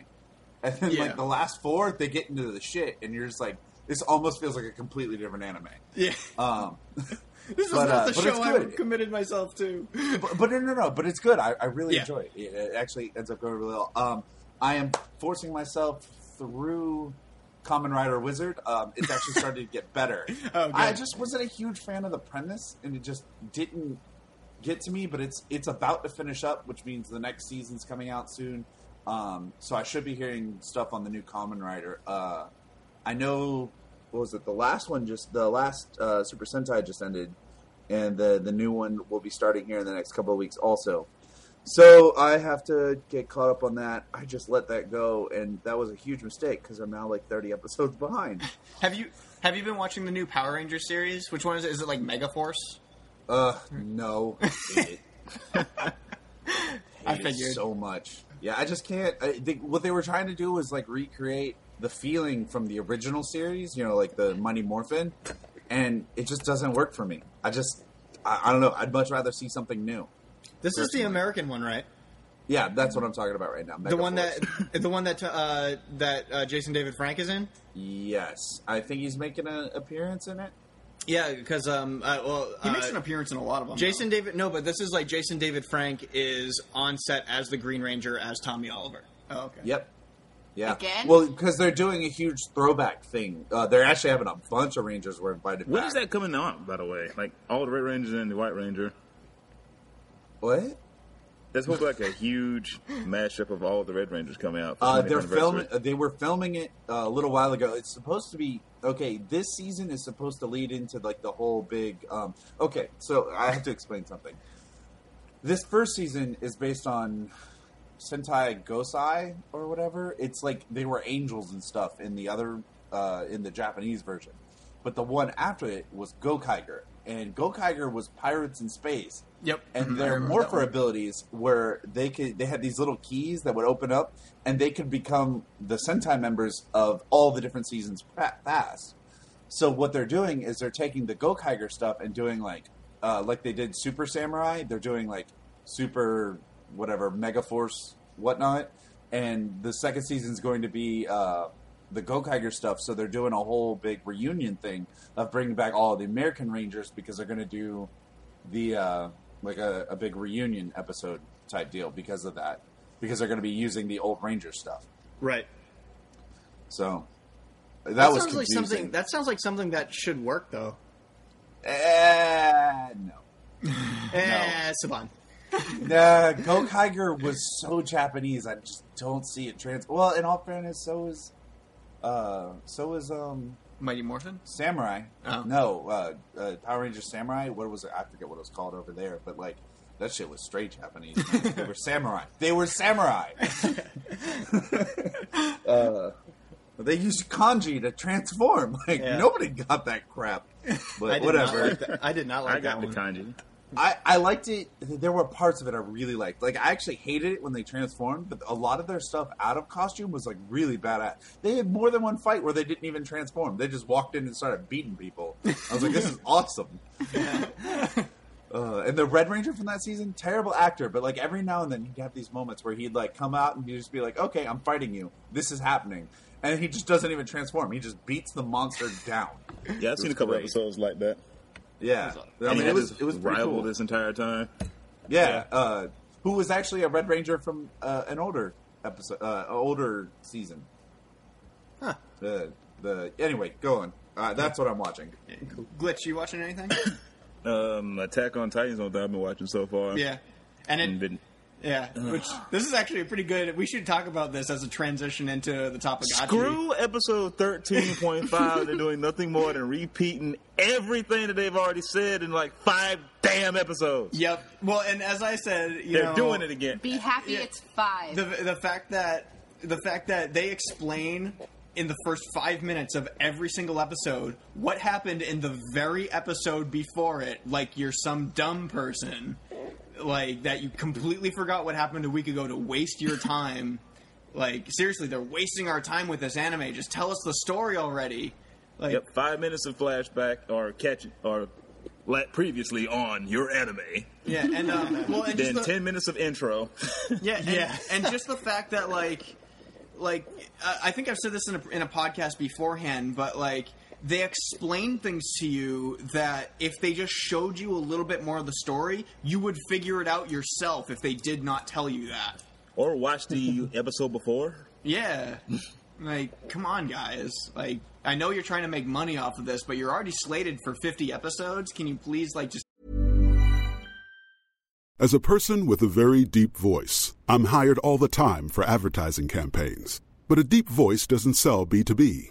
B: and then
C: Yeah.
B: like the last four, they get into the shit, and you're just like, this almost feels like a completely different anime.
C: Yeah,
B: Um,
C: this is
B: but,
C: not
B: uh,
C: the
B: but
C: show
B: it's
C: I
B: good.
C: would committed myself to.
B: but, but no, no, no. But it's good. I, I really
C: Yeah.
B: enjoy it. it. It actually ends up going really well. Um, I am forcing myself through Common Rider Wizard. Um, it's actually started to get better.
C: Oh, good.
B: I just wasn't a huge fan of the premise, and it just didn't get to me. But it's it's about to finish up, which means the next season's coming out soon. Um, so I should be hearing stuff on the new Common Rider. Uh, I know what was it? The last one just the last uh, Super Sentai just ended, and the the new one will be starting here in the next couple of weeks also. So I have to get caught up on that. I just let that go, and that was a huge mistake because I'm now like 30 episodes behind.
C: Have you have you been watching the new Power Ranger series? Which one is it? Is it like Megaforce?
B: Uh, no, Hate it.
C: I
B: Hate it
C: figured.
B: so much. Yeah, I just can't. I think what they were trying to do was like recreate the feeling from the original series, you know, like the Money Morphin, and it just doesn't work for me. I just, I, I don't know. I'd much rather see something new.
H: This is the
B: Personally.
H: American one, right?
B: Yeah, that's what I'm talking about right now.
H: The one that the one that uh, that uh, Jason David Frank is in.
B: yes, I think he's making an appearance in it.
H: Yeah, because um, uh, well,
C: He makes
H: uh,
C: an appearance in a lot of them.
H: Jason David. No, but this is like Jason David Frank is on set as the Green Ranger as Tommy Oliver.
C: though. Oh, okay.
B: Yep. Yeah.
E: Again?
B: Well, because they're doing a huge throwback thing. Uh, they're actually having a bunch of Rangers were invited.
D: When
B: back.
D: is that coming out, by the way? Like, all the Red Rangers and the White Ranger.
B: What?
D: That's supposed to be like a huge mashup of all the Red Rangers coming out. for
B: Uh,
D: 20th
B: they're
D: anniversary.
B: filming. uh, They were filming it uh, a little while ago. It's supposed to be okay. This season is supposed to lead into like the whole big. Um, okay, so I have to explain something. This first season is based on Sentai Gosai or whatever. It's like they were angels and stuff in the other uh, in the Japanese version, but the one after it was Gokaiger, and Gokaiger was pirates in space
C: Yep.
B: and their morpher abilities were they could they had these little keys that would open up and they could become the sentai members of all the different seasons pa- past so what they're doing is they're taking the gokaiger stuff and doing like uh, like they did super samurai they're doing like super whatever mega force whatnot and the second season's going to be uh, the gokaiger stuff so they're doing a whole big reunion thing of bringing back all the american rangers because they're going to do the uh, like a, a big reunion episode type deal because of that because they're going to be using the old ranger stuff
H: Right.
B: so that,
H: That,
B: was
H: sounds like something.
B: confusing.
H: That sounds like something that should work though.
B: Eh, no
H: Eh, Saban.
B: Nah, Go Kiger was so Japanese. I just don't see it trans. Well, in all fairness, so is, uh, so is um,
C: Mighty Morphin.
B: Samurai.
C: Oh.
B: No, uh, uh, Power Rangers Samurai. What was it? I forget what it was called over there, but like that shit was straight Japanese. man. they were samurai. They were samurai. uh, they used kanji to transform. Like
H: Yeah.
B: nobody got that crap.
H: I
B: But
H: did
B: whatever.
H: Not like that. I did not like
D: I got
H: that
D: the
H: one.
D: kanji.
B: I, I liked it. There were parts of it I really liked. Like I actually hated it when they transformed, but a lot of their stuff out of costume was like really bad at. They had more than one fight where they didn't even transform. They just walked in and started beating people. I was like, this is awesome. Uh, and the Red Ranger from that season, terrible actor, but like every now and then he'd have these moments where he'd like come out and he'd just be like, "Okay, I'm fighting you. This is happening," and he just doesn't even transform. He just beats the monster down.
D: Yeah, I've seen a couple
B: great.
D: episodes like that.
B: Yeah, I
D: And
B: mean
D: he
B: it was
D: just
B: it was pretty
D: rival
B: cool.
D: this entire time.
B: Yeah, Uh, who was actually a Red Ranger from uh, an older episode, uh, older season. The the anyway, go on. Uh, that's what I'm watching.
H: Glitch. You watching anything?
D: Um, Attack on Titan's one thing I've been watching so far.
H: yeah. And it
D: And been
H: Yeah, which this is actually a pretty good. We should talk about this as a transition into the topic.
D: Screw episode 13.5. They're doing nothing more than repeating everything that they've already said in like five damn episodes.
H: Yep. Well, and as I said, you
D: They're
H: know,
D: doing it again.
E: Be happy
H: Yeah.
E: it's five.
H: The the fact that the fact that they explain in the first five minutes of every single episode what happened in the very episode before it, like you're some dumb person, like that you completely forgot what happened a week ago to waste your time. like seriously, they're wasting our time with this anime. Just tell us the story already. Like
D: Yep, five minutes of flashback or catch or la- previously on your anime.
H: Yeah, and um, well, and
D: Then
H: just the,
D: ten minutes of intro.
H: yeah, and, and just the fact that like, like uh, I think I've said this in a, in a podcast beforehand, but like they explain things to you that if they just showed you a little bit more of the story, you would figure it out yourself if they did not tell you that.
D: or watch the episode before.
H: Yeah. Like, come on, guys. Like, I know you're trying to make money off of this, but you're already slated for 50 episodes. Can you please, like, just
I: As a person with a very deep voice, I'm hired all the time for advertising campaigns. But a deep voice doesn't sell B2B,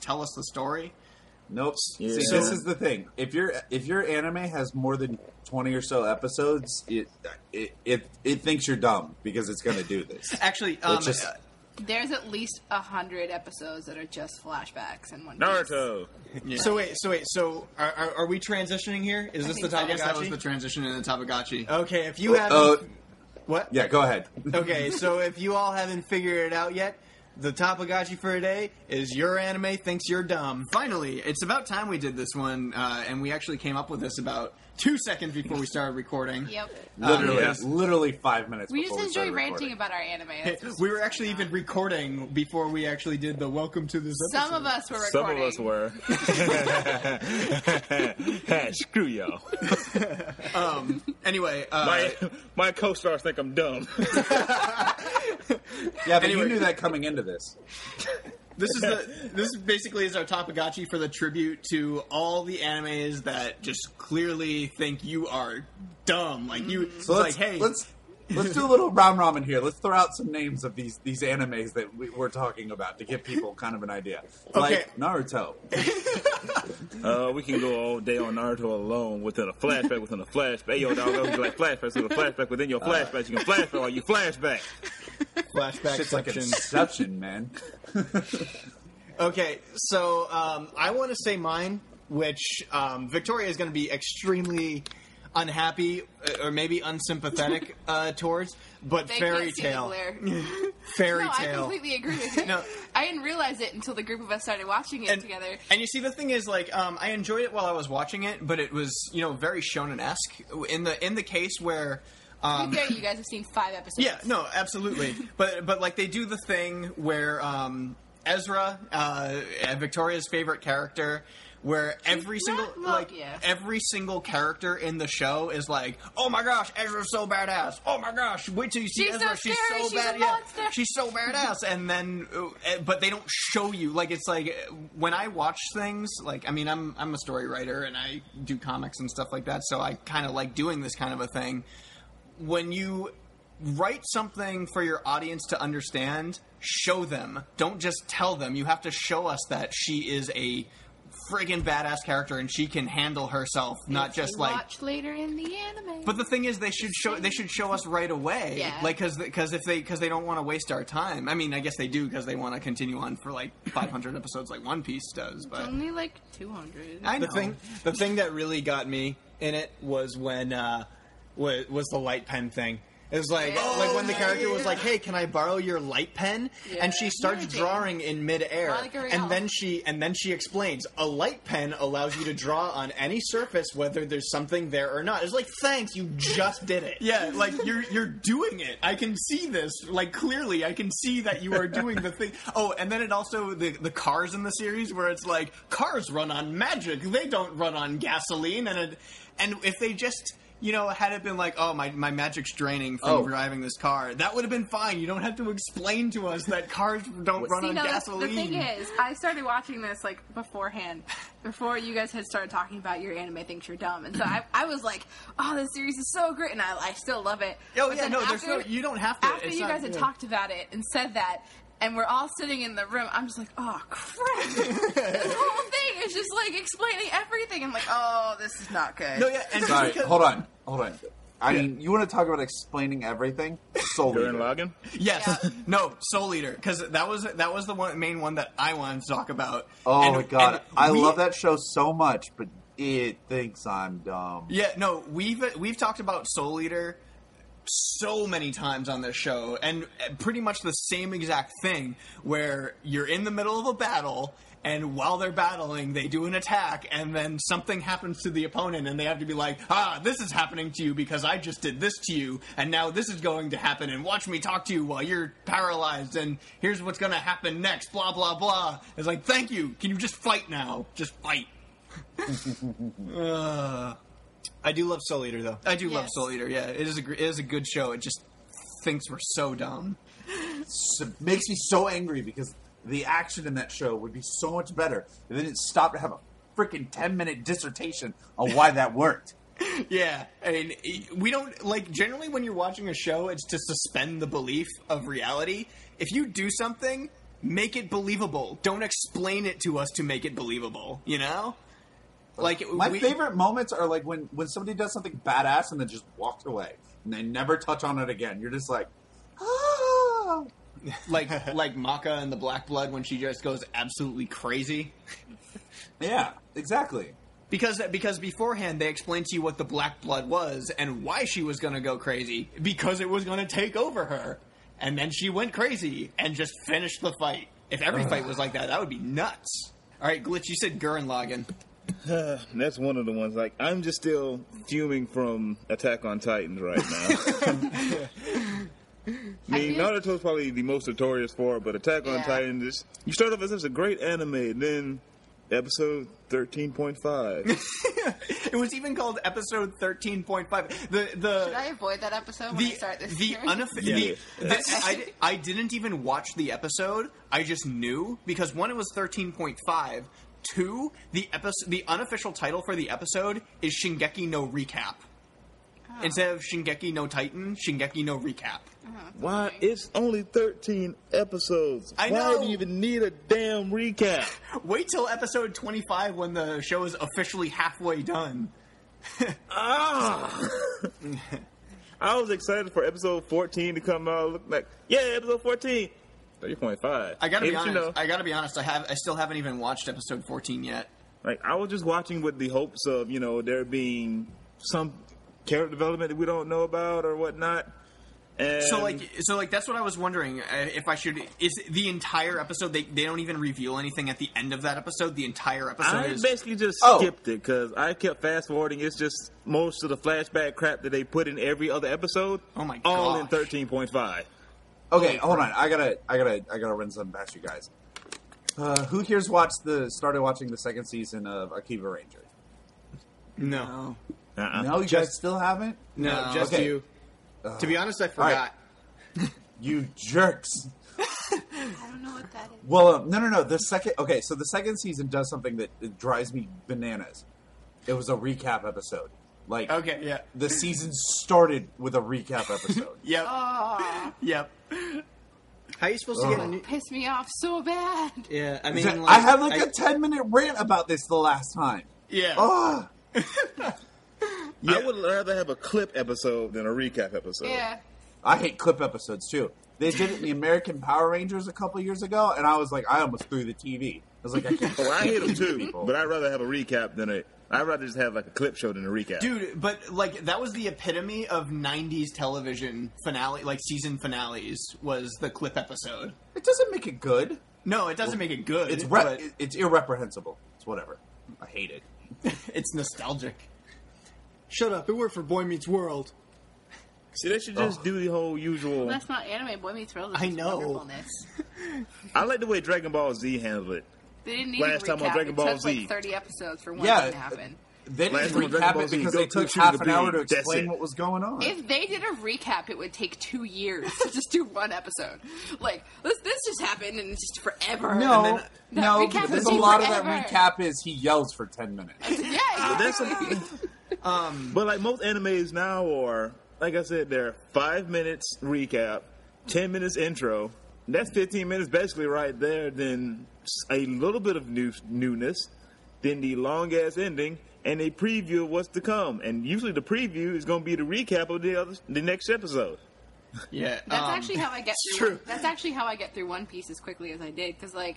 H: Tell us the story.
B: Nope.
D: Yeah.
B: See, this is the thing. If your if your anime has more than twenty or so episodes, it it it, it thinks you're dumb because it's going to do this.
H: Actually, um,
B: just-
H: uh,
E: There's at least a hundred episodes that are just flashbacks and one. Piece.
D: Naruto.
H: so wait, so wait, so are, are, are we transitioning here? Is this
E: think
H: the
E: so.
H: Tamagotchi?
E: I guess
C: That was the transition in the Tamagotchi.
H: okay, if you have
B: Uh,
H: what? Um,
B: yeah, go ahead.
H: Okay, so if you all haven't figured it out yet, the Tamagotchi for today is your anime thinks you're dumb.
C: Finally, it's about time we did this one, uh, and we actually came up with this about
H: Two seconds before we started recording.
E: Yep.
B: Literally,
D: yes.
B: literally five minutes.
E: We
B: before
E: just enjoy
B: started
E: ranting
B: recording.
E: about our anime. That's what's
H: We were
E: going
H: actually
E: on.
H: even recording before we actually did the welcome to this episode.
E: Some of us were
D: Some of
E: recording.
D: us were. hey, screw y'all.
H: Anyway, uh,
D: My, my co-stars think I'm dumb.
B: Yeah, but
H: Anyway.
B: you knew that coming into this.
H: this is the this basically is our Tamagotchi for the tribute to all the animes that just clearly think you are dumb. Like you, it's
B: So
H: like
B: let's,
H: hey,
B: let's let's do a little round robin here. Let's throw out some names of these these animes that we, we're talking about to give people kind of an idea. Like Naruto.
D: Uh, we can go all day on Naruto alone within a flashback, within a flashback. Hey, yo, dog, I was like flashbacks within a flashback, within your flashbacks. You can flashback while you flashback.
H: flashback
B: Shit's like Inception, man.
H: Okay, so um, I want to say mine, which um, Victoria is going to be extremely unhappy uh, or maybe unsympathetic uh, towards, but
E: They
H: fairy
E: can't see the
H: tale,
E: glare.
H: fairy
E: no, I
H: tale.
E: completely agree with you.
H: No.
E: I didn't realize it until the group of us started watching it together.
H: And you see, the thing is, like, um, I enjoyed it while I was watching it, but it was, you know, very shonen esque in the in the case where. um,
E: To be fair, you guys have seen five episodes.
H: Yeah, no, absolutely. but but like they do the thing where um, Ezra, uh, Victoria's favorite character, where every single
E: not
H: like
E: Logia.
H: every single character in the show is like, oh my gosh, Ezra's so badass. Oh my gosh, wait till you see
E: She's so
H: Ezra, she's
E: scary,
H: so
E: she's a
H: bad. yeah.
E: monster."
H: she's so badass. And then, uh, eh, but they don't show you like it's like eh, when I watch things like I mean I'm I'm a story writer and I do comics and stuff like that, so I kind of like doing this kind of a thing when you write something for your audience to understand, show them. Don't just tell them. You have to show us that she is a friggin' badass character and she can handle herself, not just
E: You
H: like.
E: watch later in the anime.
H: But the thing is, they should show they should show us right away,
E: Yeah.
H: like because because if they because they don't want to waste our time. I mean, I guess they do because they want to continue on for like 500 episodes, like One Piece does. But
E: only like two hundred.
H: I know. The thing, the thing that really got me in it was when uh, was, was the light pen thing. It was like
E: Yeah.
H: like when the
E: Oh,
H: character
E: yeah.
H: was like, "Hey, can I borrow your light pen?"
E: Yeah.
H: And she starts
E: Imagine.
H: drawing in midair,
E: Monica Rial.
H: and then she and then she explains, "A light pen allows you to draw on any surface, whether there's something there or not." It's like, thanks, you just did it. yeah, like you're you're doing it. I can see this, like clearly, I can see that you are doing the thing. Oh, and then it also the the cars in the series where it's like cars run on magic, they don't run on gasoline, and it, and if they just you know, had it been like, oh, my, my magic's draining from
B: Oh.
H: driving this car, that would have been fine. You don't have to explain to us that cars don't run
E: See,
H: on
E: no, that's- the
H: gasoline.
E: thing is, I started watching this like beforehand, before you guys had started talking about your anime thinks you're dumb, and so I, I was like, "Oh, this series is so great," and I, I still love it.
H: Oh,
E: But
H: yeah,
E: then
H: no, there's no- you don't have to.
E: After
H: It's
E: you
H: not-
E: guys had
H: yeah.
E: talked about it and said that, and we're all sitting in the room, I'm just like, "Oh crap!" this whole thing is just like explaining everything. I'm like, "Oh, this is not good."
H: No, yeah, and just
B: Sorry,
H: because-
B: hold on, hold on. I mean, you want to talk about explaining everything? Soul
D: Gurren
B: Eater.
D: Lagann?
H: Yes. No, Soul Eater, because that was that was the one, main one that I wanted to talk about.
B: Oh
H: And-
B: my god,
H: and
B: I
H: we-
B: love that show so much, but it thinks I'm dumb.
H: Yeah, no, we've we've talked about Soul Eater so many times on this show, and pretty much the same exact thing where you're in the middle of a battle. And while they're battling, they do an attack, and then something happens to the opponent, and they have to be like, ah, this is happening to you because I just did this to you, and now this is going to happen, and watch me talk to you while you're paralyzed, and here's what's going to happen next, blah, blah, blah. It's like, thank you. Can you just fight now? Just fight. I do love Soul Eater though. I do love
E: Yes.
H: Soul Eater. Yeah, it is a gr- it is a good show. It just thinks we're so dumb.
B: It makes me so angry because the action in that show would be so much better. And then it stopped to have a freaking 10 minute dissertation on why that worked.
H: Yeah, I mean, e- we don't like generally when you're watching a show, it's to suspend the belief of reality. If you do something, make it believable. Don't explain it to us to make it believable. You know, like
B: My
H: we-
B: favorite moments are like when, when somebody does something badass and then just walks away and they never touch on it again. You're just like, oh.
H: like like Maka and the Black Blood when she just goes absolutely crazy.
B: Yeah, exactly.
H: Because because beforehand they explained to you what the black blood was and why she was going to go crazy because it was going to take over her, and then she went crazy and just finished the fight. If every fight was like that, that would be nuts. All right, glitch. You said Gurren Lagann.
D: And that's one of the ones. Like I'm just still fuming from Attack on Titans right now. I mean,
E: feel-
D: Naruto's probably the most notorious for, it, but Attack on
E: Yeah.
D: Titans. Is, you start off as it's a great anime, and then episode thirteen point five.
H: It was even called episode thirteen point five. The the
E: Should I avoid that episode when I
H: the
E: start this
H: the
E: series?
H: unofficial.
D: Yeah.
H: I, I didn't even watch the episode. I just knew because one, it was thirteen point five. Two, the episode, the unofficial title for the episode is Shingeki no Recap.
E: Oh.
H: Instead of Shingeki no Titan, Shingeki no Recap.
D: Why? It's only thirteen episodes.
H: I
D: Why
H: know.
D: do you even need a damn recap?
H: Wait till episode twenty five when the show is officially halfway done.
D: Ah! I was excited for episode 14 to come out. Look like, yeah, episode 14. 3.5.
H: I gotta be
D: Didn't
H: honest.
D: you know?
H: I gotta be honest. I have. I still haven't even watched episode fourteen yet.
D: like, I was just watching with the hopes of, you know, there being some character development that we don't know about or whatnot. And
H: So like, so like, that's what I was wondering uh, if I should. Is the entire episode? They they don't even reveal anything at the end of that episode. The entire episode
D: I
H: is.
D: basically just
B: Oh.
D: skipped it because I kept fast forwarding. It's just most of the flashback crap that they put in every other episode.
H: Oh my
D: All in
H: gosh.
D: 13.5.
B: Okay, hold on. I gotta, I gotta, I gotta run some past you guys. Uh, who here's watched the started watching the second season of Akiva Ranger?
H: no,
D: Uh-uh.
B: no, you guys still haven't.
H: Uh-huh. no,
B: No,
H: just
B: okay. Uh,
H: you. to be honest, I
B: right.
H: forgot.
B: You jerks.
E: I don't know what that is.
B: Well, um, no, no, no. The second, okay, so the second season does something that it drives me bananas. It was a recap episode. Like,
H: Okay, yeah,
B: the season started with a recap episode.
H: yep,
E: Oh,
H: yep. How are you supposed to get a new?
E: piss me off so bad.
H: Yeah, I
B: Oh. I
H: mean,
B: had like a oh. ten minute rant about this the last time.
H: yeah.
B: Ugh.
D: I would rather have a clip episode than a recap
H: Uh,
D: episode.
E: Yeah.
B: I hate clip episodes too. They did it in the American Power Rangers a couple years ago, and I was like, I almost threw the TV. I was like, I can't.
D: Well, Oh, I hate them too,
B: People.
D: but I'd rather have a recap than a. I'd rather just have like a clip show than a recap.
H: Dude, but like that was the epitome of '90s television finale, like season finales, was the clip episode.
B: It doesn't make it good.
H: No, it doesn't make it good.
B: It's re-
H: but-
B: it- it's irreprehensible. It's whatever. I hate it.
H: It's nostalgic. Shut up! It worked for Boy Meets World.
D: see, they should just do the whole usual.
E: That's not anime. Boy Meets World is
H: I
E: just
H: know.
E: wonderfulness.
D: I like the way Dragon Ball Z handled it.
E: They didn't need
D: Last
E: to
D: time on
E: recap.
D: Dragon
E: it
D: Ball
E: took
D: Z.
E: like 30 episodes for one
B: Yeah.
E: thing to happen.
B: They
D: Last
B: didn't
D: time on Dragon
B: recap
D: Ball
B: it
D: Z,
B: because they
D: Goku
B: took
D: shooting
B: half
D: the
B: an hour to
D: beam. That's
B: explain
D: it.
B: what was going on.
E: If they did a recap, it would take two years to just do one episode. Like this, this just happened, and it's just forever.
B: no,
H: and then-
B: no,
E: That recap
B: because
E: would
B: a
E: take
B: lot of
E: forever.
B: that recap is he yells for ten minutes.
E: yeah, yeah.
D: That's a, Um, but like most animes now are, like I said, they're five minutes recap, ten minutes intro. That's fifteen minutes basically right there. Then s- a little bit of new newness, then the long ass ending, and a preview of what's to come. And usually the preview is going to be the recap of the other, the next episode.
J: Yeah,
E: That's
J: um,
E: actually how I get
J: it's
E: through.
J: true.
E: That's actually how I get through One Piece as quickly as I did because like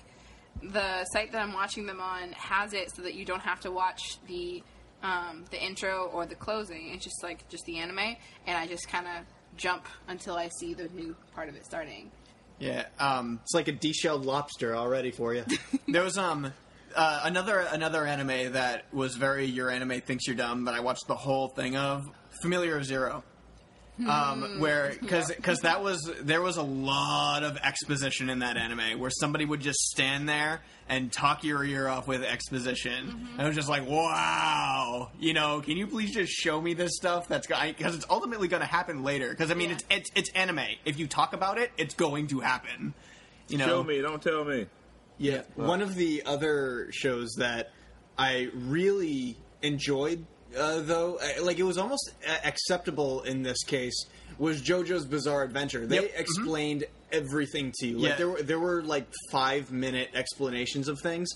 E: the site that I'm watching them on has it so that you don't have to watch the um, the intro or the closing. It's just like just the anime, and I just kind of jump until I see the new part of it starting.
J: Yeah, um, it's like a deshelled lobster already for you. there was um uh, another another anime that was very your anime thinks you're dumb, but I watched the whole thing of Familiar of Zero. Um, where because because that was there was a lot of exposition in that anime where somebody would just stand there and talk your ear off with exposition and I was just like wow you know can you please just show me this stuff that's because it's ultimately going to happen later because I mean
E: Yeah.
J: it's, it's it's anime if you talk about it it's going to happen you know
D: Show me, don't tell me.
J: yeah. One of the other shows that I really enjoyed, uh, though, I, like it was almost uh, acceptable in this case, was JoJo's Bizarre Adventure. They
H: Yep. Mhm.
J: explained everything to you. Like
H: Yeah.
J: there were there were like five minute explanations of things,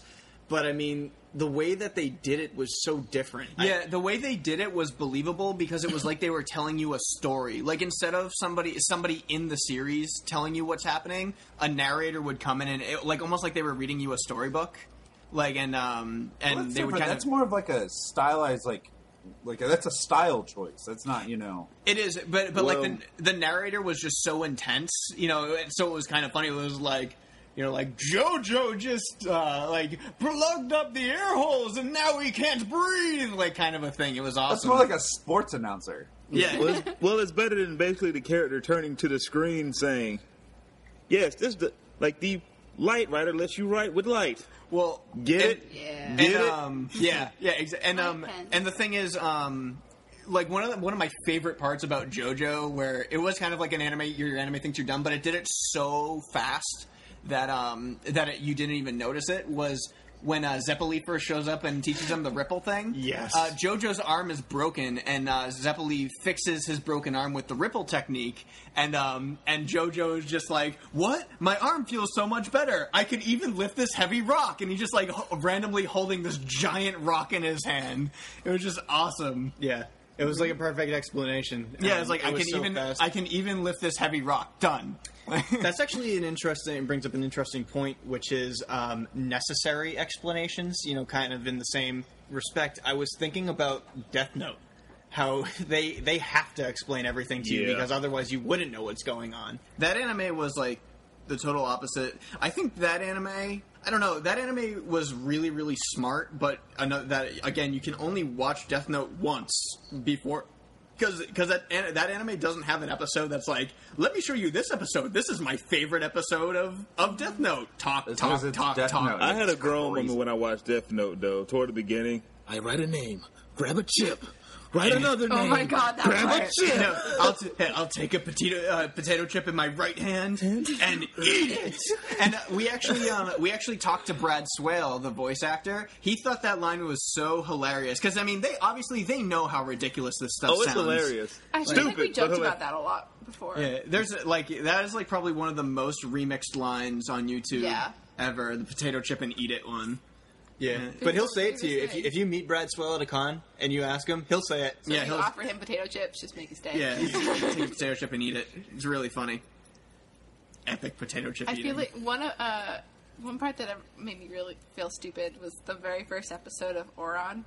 J: but I mean the way that they did it was so different. I-
H: Yeah, the way they did it was believable because it was like they were telling you a story. Like instead of somebody somebody in the series telling you what's happening, a narrator would come in and it, like almost like they were reading you a storybook. Like and um and
B: Well, that's,
H: they would
B: different.
H: kind
B: that's
H: of
B: more of like a stylized, like, like a, that's a style choice. That's not, you know.
H: it is but but
B: Whoa.
H: like the the narrator was just so intense, you know, and so it was kind of funny. It was like you know, like JoJo just uh, like plugged up the air holes, and now we can't breathe. Like kind of a thing. It was awesome.
B: That's more like a sports announcer.
H: yeah.
D: Well, it's- well, it's better than basically the character turning to the screen saying, "Yes, this the like the light writer lets you write with light."
H: Well,
D: Get
H: and-
D: it?
E: Yeah.
D: Get
H: and,
D: it?
H: um, yeah, yeah, exa- and
E: My
H: um,
E: pen.
H: and the thing is, um, like one of the, one of my favorite parts about JoJo, where it was kind of like an anime, your anime thinks you're dumb, but it did it so fast that um, that it, you didn't even notice it was. When uh, Zeppeli first shows up and teaches him the ripple thing,
J: Yes.
H: uh, Jojo's arm is broken, and uh, Zeppeli fixes his broken arm with the ripple technique, and um, and Jojo is just like, "What? My arm feels so much better. I could even lift this heavy rock." And he's just like ho- randomly holding this giant rock in his hand. It was just awesome.
J: yeah. It was like a perfect explanation.
H: Yeah,
J: Um,
H: it's like
J: it
H: I
J: was
H: can
J: so
H: even
J: fast.
H: I can even lift this heavy rock. Done.
J: That's actually an interesting. Brings up an interesting point, which is um, necessary explanations. You know, kind of in the same respect. I was thinking about Death Note, how they they have to explain everything to you
D: Yeah.
J: because otherwise you wouldn't know what's going on.
H: that anime was like the total opposite. I think that anime, I don't know, that anime was really really smart, but another, that again, you can only watch Death Note once before because because that an- that anime doesn't have an episode that's like, let me show you this episode. This is my favorite episode of of Death Note. Talk
B: It's 'cause
H: talk
B: it's
H: talk
B: Death
H: talk.
B: Note.
D: I had a
B: It's
D: grown
B: crazy.
D: moment when I watched Death Note, though. Toward the beginning, I write a name, grab a chip, write another
E: Oh
D: name,
E: my god, that
D: grab
E: part.
D: a chip.
H: No, I'll, t- hey, I'll take a potato uh, potato chip in my right hand and eat it. And uh, we actually um, we actually talked to Brad Swale, the voice actor. He thought that line was so hilarious because I mean they obviously they know how ridiculous this stuff
D: Oh, it's
H: sounds.
D: hilarious.
E: I feel like we
D: Stupid, but
E: joked
D: hilarious.
E: about that a lot before.
H: Yeah, there's like that is like probably one of the most remixed lines on YouTube
E: Yeah.
H: ever. The potato chip and eat it one.
J: Yeah, but he'll say it to
E: He
J: you
E: was
J: if you
E: nice.
J: if you meet Brad Swell at a con and you ask him, he'll say it.
H: yeah,
E: If you
H: he'll-
E: offer him potato chips, just make his day.
H: Yeah, you take a potato chip and eat it. It's really funny. Epic potato chip.
E: I
H: eating.
E: feel like one of, uh, one part that made me really feel stupid was the very first episode of Oron.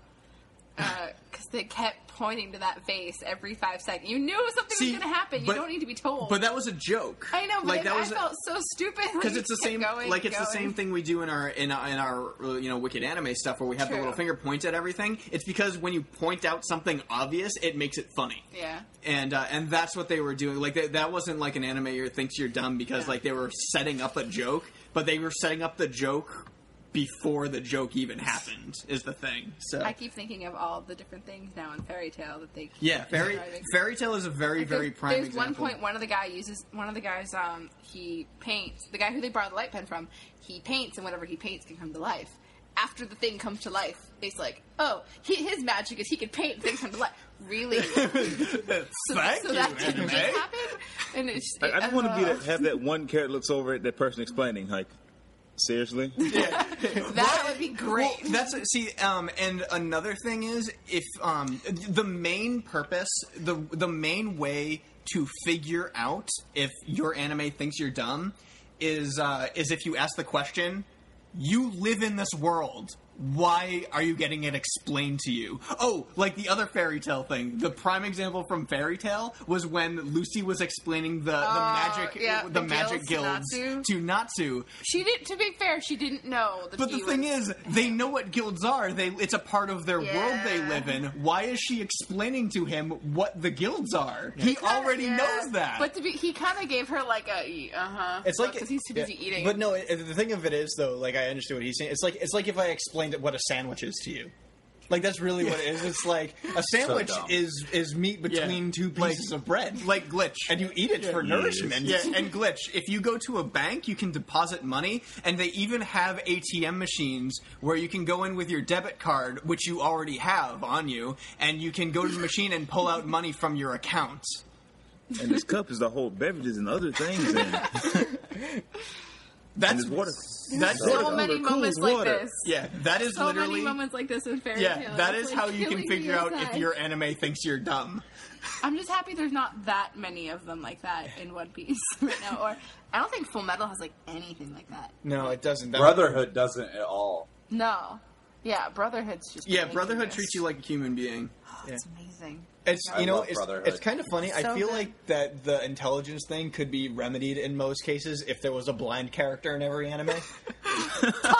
E: Because they kept pointing to that vase every five seconds. You knew something
H: See,
E: was going to happen. You
H: but-
E: don't need to be told.
H: But that was a joke.
E: I know, but
H: like
E: it-
H: that
E: I
H: was a-
E: felt so stupid
H: because it's the same like it's the same thing we do in our in our, in our uh, you know wicked anime stuff where we have the
E: True.
H: little finger points at everything it's because when you point out something obvious it makes it funny
E: Yeah.
H: and uh, and that's what they were doing like that that wasn't like an animator thinks you're dumb because
E: Yeah.
H: like they were setting up a joke but they were setting up the joke before the joke even happened is the thing so
E: I keep thinking of all the different things now in Fairy Tale that they.
H: yeah fairy fairy tale is a very
E: Like,
H: very
E: there's-
H: prime
E: There's
H: example
E: one point one of the guy uses one of the guys um he paints the guy who they borrowed the light pen from he paints and whatever he paints can come to life. After the thing comes to life, it's like oh he, his magic is he can paint things come to life. Really? so,
H: Thank
E: so
H: you,
E: that didn't
H: anime.
E: just happen. And it's
D: I, I just want to be
E: uh,
D: that, have that one character looks over at that person explaining, like, Seriously?
E: That would be great.
H: Well, that's see, um, and another thing is if um, the main purpose, the the main way to figure out if your anime thinks you're dumb is uh, is if you ask the question, you live in this world. Why are you getting it explained to you? Oh, like the other fairy tale thing. The prime example from fairy tale was when Lucy was explaining the, the magic
E: Uh, yeah,
H: the,
E: the
H: magic guilds
E: guilds to Natsu.
H: to Natsu.
E: She did. not To be fair, she didn't know. That
H: But the
E: she
H: thing
E: was-
H: is, they know what guilds are. They it's a part of their world they
E: Yeah.
H: live in. Why is she explaining to him what the guilds are? He
E: kinda-
H: already
E: yeah.
H: knows that.
E: But to be, he kind of gave her like a uh huh.
C: It's like
E: because he's too busy
C: yeah,
E: eating.
C: But no, it, the thing of it is though, like I understand what he's saying. It's like it's like if I explained what a sandwich is to you. Like that's really what it is. It's like a sandwich
B: dumb.
C: is is meat between two pieces of bread.
H: like glitch,
C: and you eat it for nourishment.
H: Yeah, and glitch. If you go to a bank, you can deposit money, and they even have ATM machines where you can go in with your debit card, which you already have on you, and you can go to the machine and pull out money from your account.
D: and this cup is to hold beverages and other things in. and
H: That's
D: this water.
H: that's
D: water
E: so
D: cooler
E: many
D: cools
E: moments like
D: water.
E: this.
H: yeah, that is
E: So
H: literally
E: many moments like this in fairy tale.
H: yeah. That
E: It's,
H: is
E: like,
H: how you can
E: killing me
H: figure out if
E: inside.
H: your anime thinks you're dumb.
E: I'm just happy there's not that many of them like that in One Piece right now. Or I don't think Full Metal has like anything like that.
C: No, it doesn't. That
B: Brotherhood doesn't at all.
E: No. Yeah, Brotherhood's just
H: Yeah,
E: really
H: Brotherhood
E: genius.
H: treats you like a human being.
E: It's amazing.
C: It's
B: I
C: you know
B: love
C: it's,
B: Brotherhood.
C: it's kind of funny. I
E: So
C: feel
E: good.
C: like that the intelligence thing could be remedied in most cases if there was a blind character in every anime.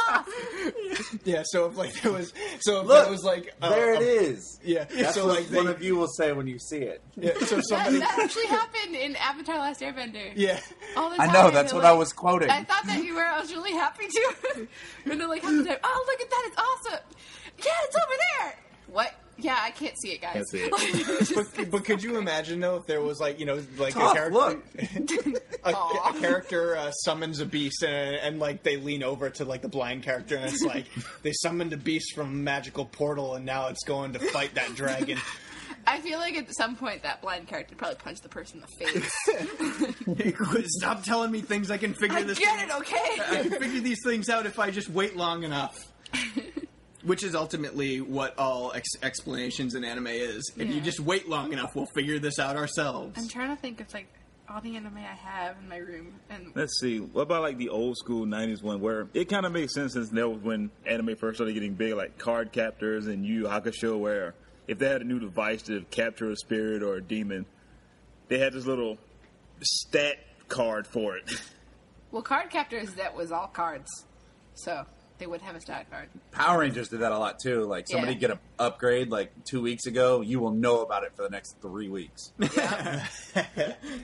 C: yeah, so if like there was, so if
B: Look,
C: there was like a-
B: there it
C: a-
B: is.
C: Yeah,
B: That's
C: so
B: what
C: like they,
B: one of you will say when you see it.
C: yeah, so
E: That,
C: somebody
E: that actually happened in Avatar: Last Airbender.
C: yeah.
E: All the
B: I
E: time.
B: know, that's
E: They're
B: what I
E: like-
B: was quoting.
E: I thought that you were. I was really happy to. and they're like, half the time, "Oh, look at that! It's awesome! Yeah, it's over there." What? Yeah, I can't see it, guys.
D: Can't see it.
E: Like, just-
C: But, but could you imagine though if there was like you know like
B: Tough,
C: a character
B: look.
C: a,
E: Aw.
C: a character uh, summons a beast and, and like they lean over to like the blind character and it's like they summoned a beast from a magical portal and now it's going to fight that dragon.
E: I feel like at some point that blind character probably punched the person in the face.
C: Stop telling me things. I can figure
E: I
C: this.
E: get it, okay?
C: I can figure these things out if I just wait long enough.
H: Which is ultimately what all ex- explanations in anime is. If you
E: Yeah.
H: just wait long enough, we'll figure this out ourselves.
E: I'm trying to think of like all the anime I have in my room, and
D: Let's see. What about like the old school '90s one where it kind of makes sense since that was when anime first started getting big, like card captors and Yu Yu Hakusho, where if they had a new device to capture a spirit or a demon, they had this little stat card for it.
E: well, card captors that was all cards, so they would have a stat card.
B: Power Rangers did that a lot too. Like somebody
E: Yeah.
B: get an upgrade like two weeks ago, you will know about it for the next three weeks.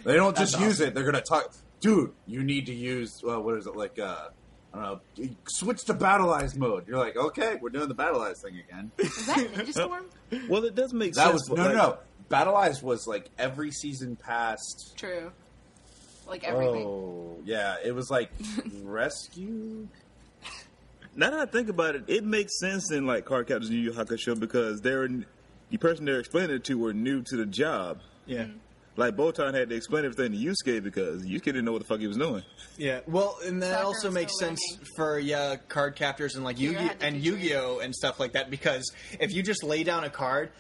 B: they don't just use it; they're gonna talk. Dude, you need to use uh, what is it like? Uh, I don't know. Switch to battleize mode. You're like, okay, we're doing the battleize thing again.
E: Is that Ninja Storm?
D: Well, it does make
B: That was
D: sense. but,
B: no, no,
D: like,
B: no. Battleize was like every season past.
E: True. Like everything.
B: Oh, yeah. It was like rescue.
D: Now that I think about it, it makes sense in like card captors and Yu Yu Hakusho because they're the person they're explaining it to were new to the job.
C: Yeah.
D: Like Botan had to explain everything to Yusuke because Yusuke didn't know what the fuck he was doing.
C: Yeah. Well, and that
E: Soccer
C: also
E: was
C: makes
E: still
C: sense
E: learning.
C: for yeah card captors and like Yu
E: had to
C: and
E: do
C: Yu Gi Oh and stuff like that because if you just lay down a card,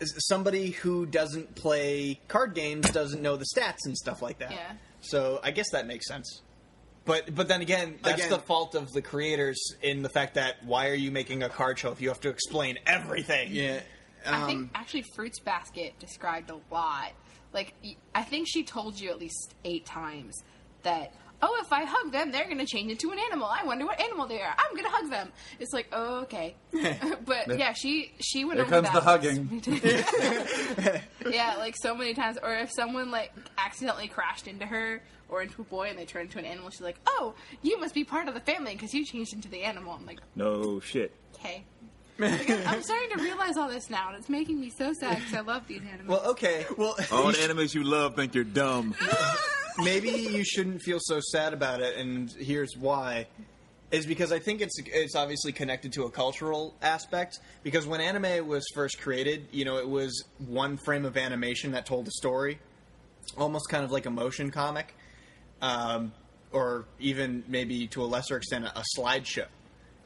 C: s- somebody who doesn't play card games doesn't know the stats and stuff like that.
E: Yeah.
C: So I guess that makes sense. But but then again, that's
H: Again-
C: the fault of the creators in the fact that why are you making a card show if you have to explain everything?
H: yeah.
B: Um,
E: I think actually Fruits Basket described a lot. Like y- I think she told you at least eight times that oh if I hug them they're gonna change into an animal. I wonder what animal they are. I'm gonna hug them. It's like oh, okay, but yeah she she went
B: Here
E: over
B: comes
E: that
B: the
E: so
B: hugging.
E: many times. yeah, like so many times. Or if someone like accidentally crashed into her or into a boy and they turned into an animal, she's like oh you must be part of the family because you changed into the animal. I'm like
D: No shit.
E: okay. I'm starting to realize all this now, and it's making me so sad because I love these animals.
C: Well, okay. Well,
D: All the animes you love think you're dumb.
C: maybe you shouldn't feel so sad about it, and here's why. Is because I think it's it's obviously connected to a cultural aspect. Because when anime was first created, you know, it was one frame of animation that told a story, almost kind of like a motion comic. Um, or even maybe to a lesser extent a, a slideshow.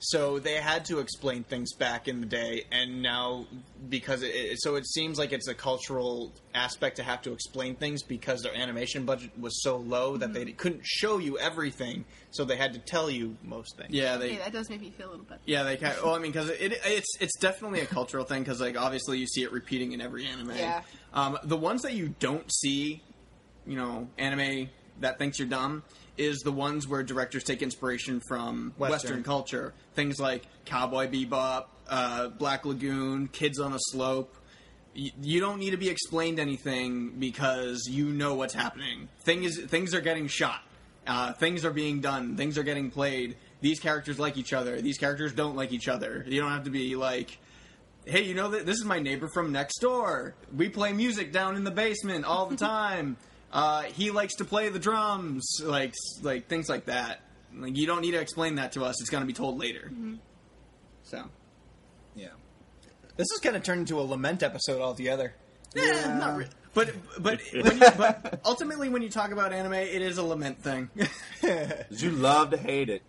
C: So they had to explain things back in the day, and now because it, it, so it seems like it's a cultural aspect to have to explain things because their animation budget was so low that they couldn't show you everything, so they had to tell you most things.
H: Yeah, they
E: Hey, that does make me feel a little bit.
H: Yeah, they kind. Of, well, I mean, because it, it's it's definitely a cultural thing. Because like obviously you see it repeating in every anime.
E: Yeah.
H: Um, the ones that you don't see, you know, anime that thinks you're dumb is the ones where directors take inspiration from Western, culture. Things like Cowboy Bebop, uh, Black Lagoon, Kids on a Slope. Y- You don't need to be explained anything because you know what's happening. Things things are getting shot uh, things are being done, things are getting played. These characters like each other. These characters don't like each other. You don't have to be like, "Hey, you know that this is my neighbor from next door. We play music down in the basement all the time. uh, he likes to play the drums, like like things like that. Like you don't need to explain that to us. It's going to be told later. So
B: Yeah.
C: This is kind of turned into a lament episode altogether.
H: yeah, Eh, not re- but but when you, but ultimately when you talk about anime, it is a lament thing.
B: 'Cause You love to hate it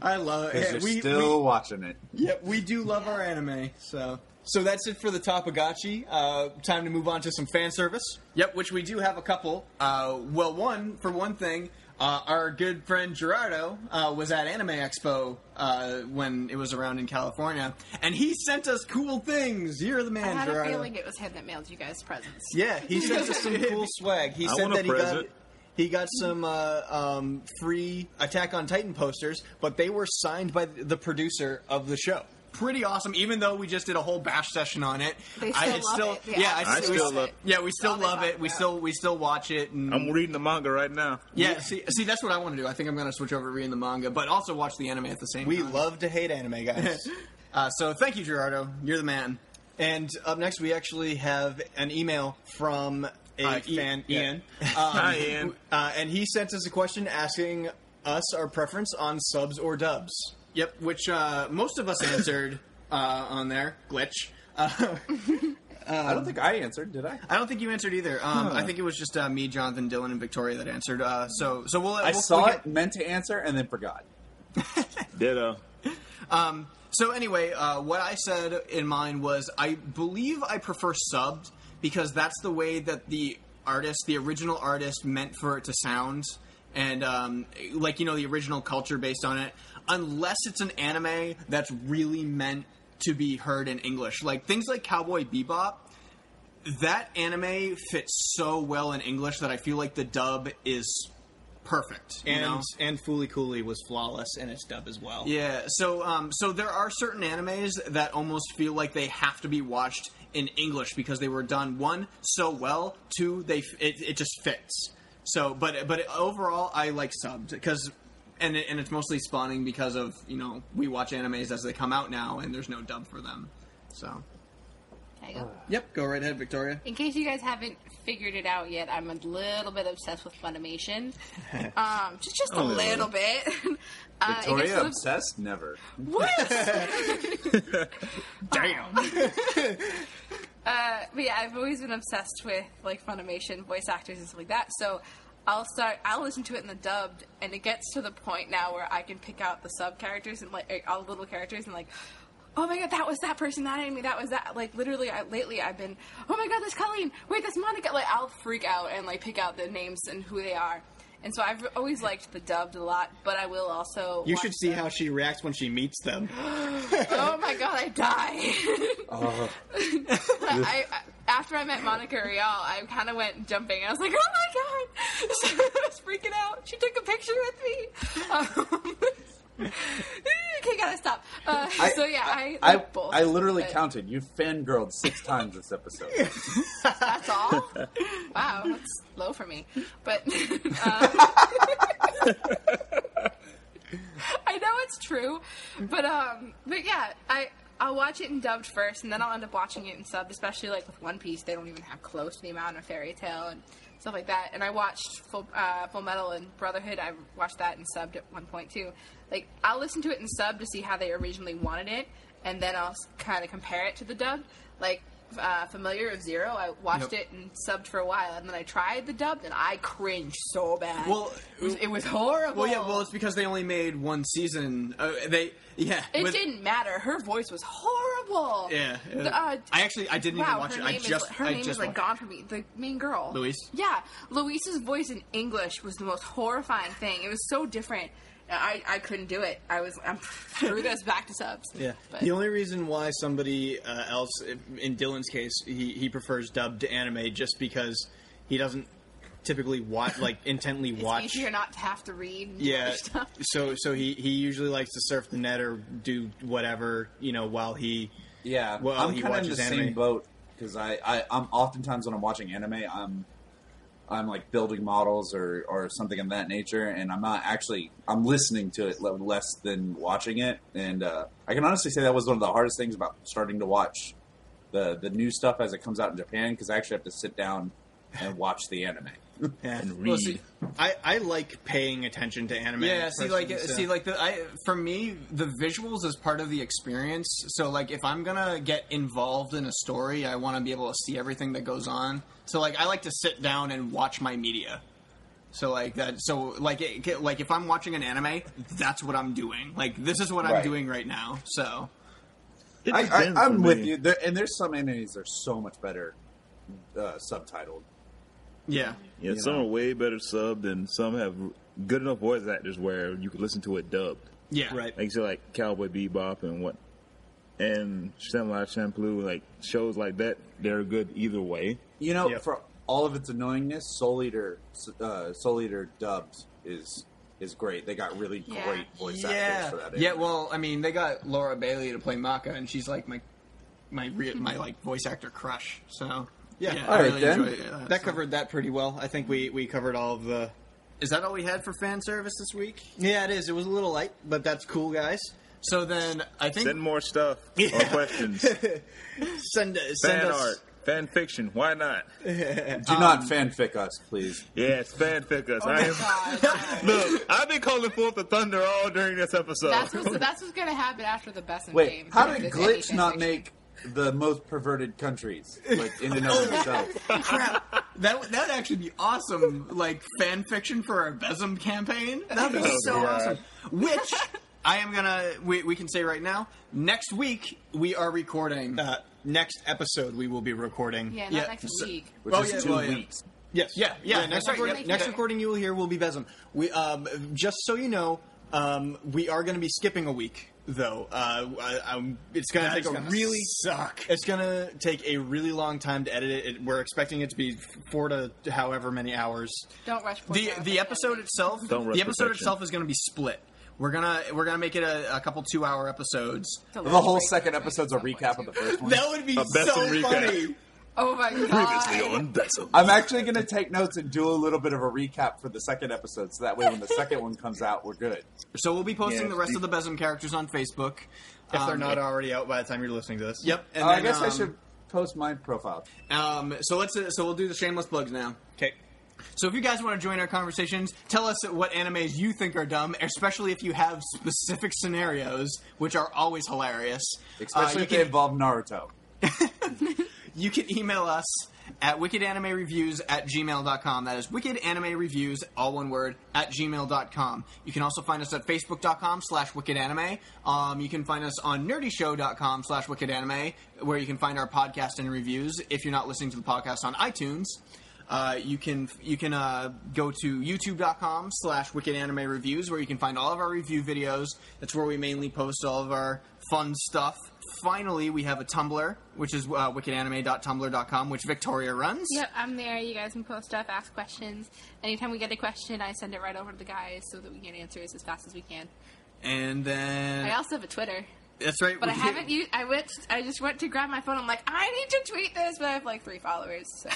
H: I love
B: because
H: it.
B: you're
H: We- we-
B: still watching it.
H: Yep, we do love our anime, so.
C: So that's it for the Topagachi. Uh, time to move on to some fan service.
H: Yep, which we do have a couple. Uh, well, one, for one thing, uh, our good friend Gerardo uh, was at Anime Expo uh, when it was around in California, and he sent us cool things. You're the
E: I
H: man,
E: had a
H: Gerardo.
E: feeling it was him that mailed you guys presents.
C: Yeah, he sent us some cool swag. He
D: I
C: said
D: want a
C: that he got
D: present.
C: he got some uh, um, free Attack on Titan posters, but they were signed by the producer of the show.
H: Pretty awesome, even though we just did a whole bash session on it.
E: They still
H: it's
E: love it.
H: Yeah, I,
D: I
H: we
D: still love-
H: Yeah, we still
E: All they
H: love
E: talk
H: it. We
E: about.
H: still we still watch it. And
D: I'm reading the manga right now.
H: yeah, see, see, that's what I want to do. I think I'm going to switch over to reading the manga, but also watch the anime at the same
C: We
H: time.
C: love to hate anime, guys.
H: Uh, so thank you, Gerardo. You're the man.
C: and up next, we actually have an email from a
H: Uh, I-
C: fan,
H: yeah.
C: Ian.
H: Um,
D: Hi, Ian.
C: Uh, and he sent us a question asking us our preference on subs or dubs.
H: Yep, which uh, most of us answered uh, on there. Glitch. Uh,
B: I don't think I answered, did I?
H: I don't think you answered either. Um, I think it was just uh, me, Jonathan, Dylan, and Victoria that answered. Uh, so, so we'll.
B: I
H: we'll-
B: saw
H: we'll
B: it, meant to answer, and then forgot.
D: Ditto.
H: So anyway, uh, what I said in mine was I believe I prefer subbed because that's the way that the artist, the original artist, meant for it to sound, and um, like you know the original culture based on it. Unless it's an anime that's really meant to be heard in English, like things like Cowboy Bebop. That anime fits so well in English that I feel like the dub is perfect. you
C: and
H: know?
C: and Fooly Cooley was flawless in its dub as well.
H: Yeah, so um, so there are certain animes that almost feel like they have to be watched in English because they were done one so well, two they f- it, it just fits. So, but but overall, I like subbed because. And, it, and it's mostly spawning because of you know we watch animes as they come out now and there's no dub for them, so
E: There you go.
H: yep, go right ahead, Victoria.
E: In case you guys haven't figured it out yet, I'm a little bit obsessed with Funimation. um, just just a
C: Oh,
E: little bit. Uh, it gets
B: Victoria
E: sort of-
B: obsessed? Never.
E: What? Damn. uh, but yeah, I've always been obsessed with like Funimation voice actors and stuff like that. So I'll start. I'll listen to it in the dubbed, and it gets to the point now where I can pick out the sub characters and like or all the little characters and like. Oh my god, that was that person, that enemy, that was that. Like, literally, I, lately I've been, oh my god, that's Colleen, wait, that's Monica. Like, I'll freak out and, like, pick out the names and who they are. And so I've always liked the dubbed a lot, but I will also.
C: You
E: watch
C: should see
E: the-
C: how she reacts when she meets them.
E: Oh my god, I die. I, I- after I met Monica Rial, I kind of went jumping. I was like, oh my god. So I was freaking out. She took a picture with me. Um, okay, gotta stop. Uh, so yeah, I,
B: I,
E: like both,
B: I literally
E: but
B: counted. You fangirled six times this episode.
E: That's all? wow, that's low for me. But. Uh, I know it's true, but um, but yeah, I I'll watch it in dubbed first, and then I'll end up watching it in subbed. Especially like with One Piece, they don't even have close to the amount of Fairy Tale and stuff like that. And I watched Full uh, Full Metal and Brotherhood. I watched that in subbed at one point too. Like I'll listen to it in sub to see how they originally wanted it, and then I'll kind of compare it to the dub. Like uh, familiar of Zero. I watched
K: Yep.
E: it and subbed for a while, and then I tried the dub, and I cringed so bad.
K: Well,
E: it was, it was horrible.
K: Well, yeah, well, it's because they only made one season. Uh, they, yeah,
E: it
K: with-
E: didn't matter. Her voice was horrible.
K: Yeah, yeah.
E: The, uh,
K: I actually I didn't even
E: wow,
K: watch
E: her
K: it.
E: name
K: I just
E: is, her
K: I
E: name
K: just
E: is like
K: watched-
E: gone from me. The main girl,
K: Louise?
E: Yeah, Louise's voice in English was the most horrifying thing. It was so different. I, I couldn't do it. I was I'm threw this back to subs.
K: Yeah.
E: but
K: The only reason why somebody uh, else, in Dylan's case, he, he prefers dubbed to anime just because he doesn't typically watch, like, intently
E: it's
K: watch.
E: easier not to have to read. and do other
K: yeah.
E: stuff.
K: So so he, he usually likes to surf the net or do whatever, you know, while he.
B: Yeah,
K: Well,
B: I'm
K: he
B: kind of in
K: watches
B: the
K: anime.
B: same boat because I, I, I'm oftentimes when I'm watching anime, I'm, I'm like building models or or something of that nature, and I'm not actually I'm listening to it le- less than watching it, and uh, I can honestly say that was one of the hardest things about starting to watch the the new stuff as it comes out in Japan because I actually have to sit down and watch the anime.
K: Yeah.
D: read.
K: see, I, I like paying attention to anime. uh,
H: Yeah, see, like,
K: personally, so-
H: see, like, the, I for me, the visuals is part of the experience. So, like, if I'm gonna get involved in a story, I want to be able to see everything that goes on. So, like, I like to sit down and watch my media. So, like that. So, like, it, like if I'm watching an anime, that's what I'm doing. Like, this is what I'm
B: Right.
H: doing right now. So,
D: It
B: I,
D: depends
B: I, I'm
D: for
B: with
D: me.
B: you, there, and there's some animes that are so much better uh, subtitled.
H: yeah.
D: Yeah,
B: you
D: some
B: know.
D: are way better subbed, and some have good enough voice actors where you could listen to it dubbed.
H: Yeah.
K: Right.
D: Like you said, like Cowboy Bebop and what, and Samurai Champloo, like shows like that. They're good either way.
B: You know,
K: Yep.
B: for all of its annoyingness, Soul Eater, uh, Soul Eater dubbed is is great. They got really
E: Yeah.
B: great voice actors
H: Yeah.
B: for that.
H: Yeah.
B: anime.
H: Well, I mean, they got Laura Bailey to play Maka, and she's like my my re- my like voice actor crush. So yeah,
B: All
H: I
B: right,
H: really
B: then.
H: enjoy that.
K: that
H: so.
K: covered that pretty well. I think we, we covered all of the
H: Is that all we had for fan service this week?
K: Yeah, it is. It was a little light, but that's cool, guys.
H: So then I think
D: Send more stuff or questions.
K: Send uh, send
D: fan
K: us
D: art, fan fiction. Why not?
B: Do not
E: Um,
B: fanfic us, please.
D: Yes, fanfic us. I am.
E: Oh my God.
D: Look, I've been calling forth the thunder all during this episode.
E: That's what's, that's what's gonna happen after the best in
B: Wait,
E: game.
B: how
E: If
B: did
E: there's
B: Glitch
E: any
B: not
E: fanfiction.
B: make the most perverted countries like in and of themselves?
H: that would- that'd actually be awesome, like fan fiction for our Besem campaign. That'd be
D: Oh,
H: so
D: God.
H: awesome. Which I am gonna we, we can say right now. Next week we are recording.
K: uh, next episode. We will be recording.
E: Yeah, not
H: Yeah,
E: next
H: so-
E: week.
B: Which
H: Oh,
B: is
H: yeah,
B: two
H: well, yeah.
B: weeks.
K: Yes.
H: Yeah, yeah,
K: next
H: that's right.
K: recording,
E: Yep.
K: next
E: Yeah.
K: recording you will hear will be Besem. We um, just so you know, um, we are going to be skipping a week though. Uh, I, I'm, it's going to
H: That
K: take
H: is
K: a
H: gonna
K: really
H: suck.
K: It's going to take a really long time to edit it. it. We're expecting it to be four to however many hours.
E: Don't rush.
H: the
E: Pornhub.
H: the episode itself
D: Don't rush
H: the episode
D: perfection.
H: itself is going to be split. We're gonna we're gonna make it a, a couple two hour episodes.
E: The
B: The whole second episode's a recap of the first one.
H: That would be
D: A best
H: so
D: in recap.
H: funny.
E: Oh my god.
D: Bessel.
B: I'm actually going to take notes and do a little bit of a recap for the second episode, so that way when the second one comes out, we're good.
H: So we'll be posting
D: Yeah,
H: the rest
D: you-
H: of the Besem characters on Facebook. Um,
K: If they're not already out by the time you're listening to this.
H: Yep. And
B: Uh, I
H: then,
B: guess I
H: um,
B: should post my profile.
H: Um, so let's uh, so we'll do the shameless plugs now.
K: Okay.
H: So if you guys want to join our conversations, tell us what animes you think are dumb, especially if you have specific scenarios, which are always hilarious.
B: Especially
H: Uh, you
B: if they
H: can-
B: involve Naruto.
H: you can email us at wickedanimereviews at gmail.com. That is wickedanimereviews, all one word, at gmail.com. You can also find us at facebook.com slash wickedanime. Um, you can find us on nerdyshow.com slash wickedanime, where you can find our podcast and reviews if you're not listening to the podcast on iTunes. Uh, you can you can uh, go to youtube.com slash wicked anime reviews where you can find all of our review videos that's where we mainly post all of our fun stuff finally we have a tumblr which is uh, wickedanime.tumblr.com which victoria runs
E: Yep, I'm there. You guys can post stuff, ask questions. Anytime we get a question, I send it right over to the guys so that we can answer it as fast as we can.
H: and then
E: I also have a Twitter,
H: that's right
E: but I
H: we-
E: haven't used. I went. I just went to grab my phone. I'm like, I need to tweet this, but I have like three followers. So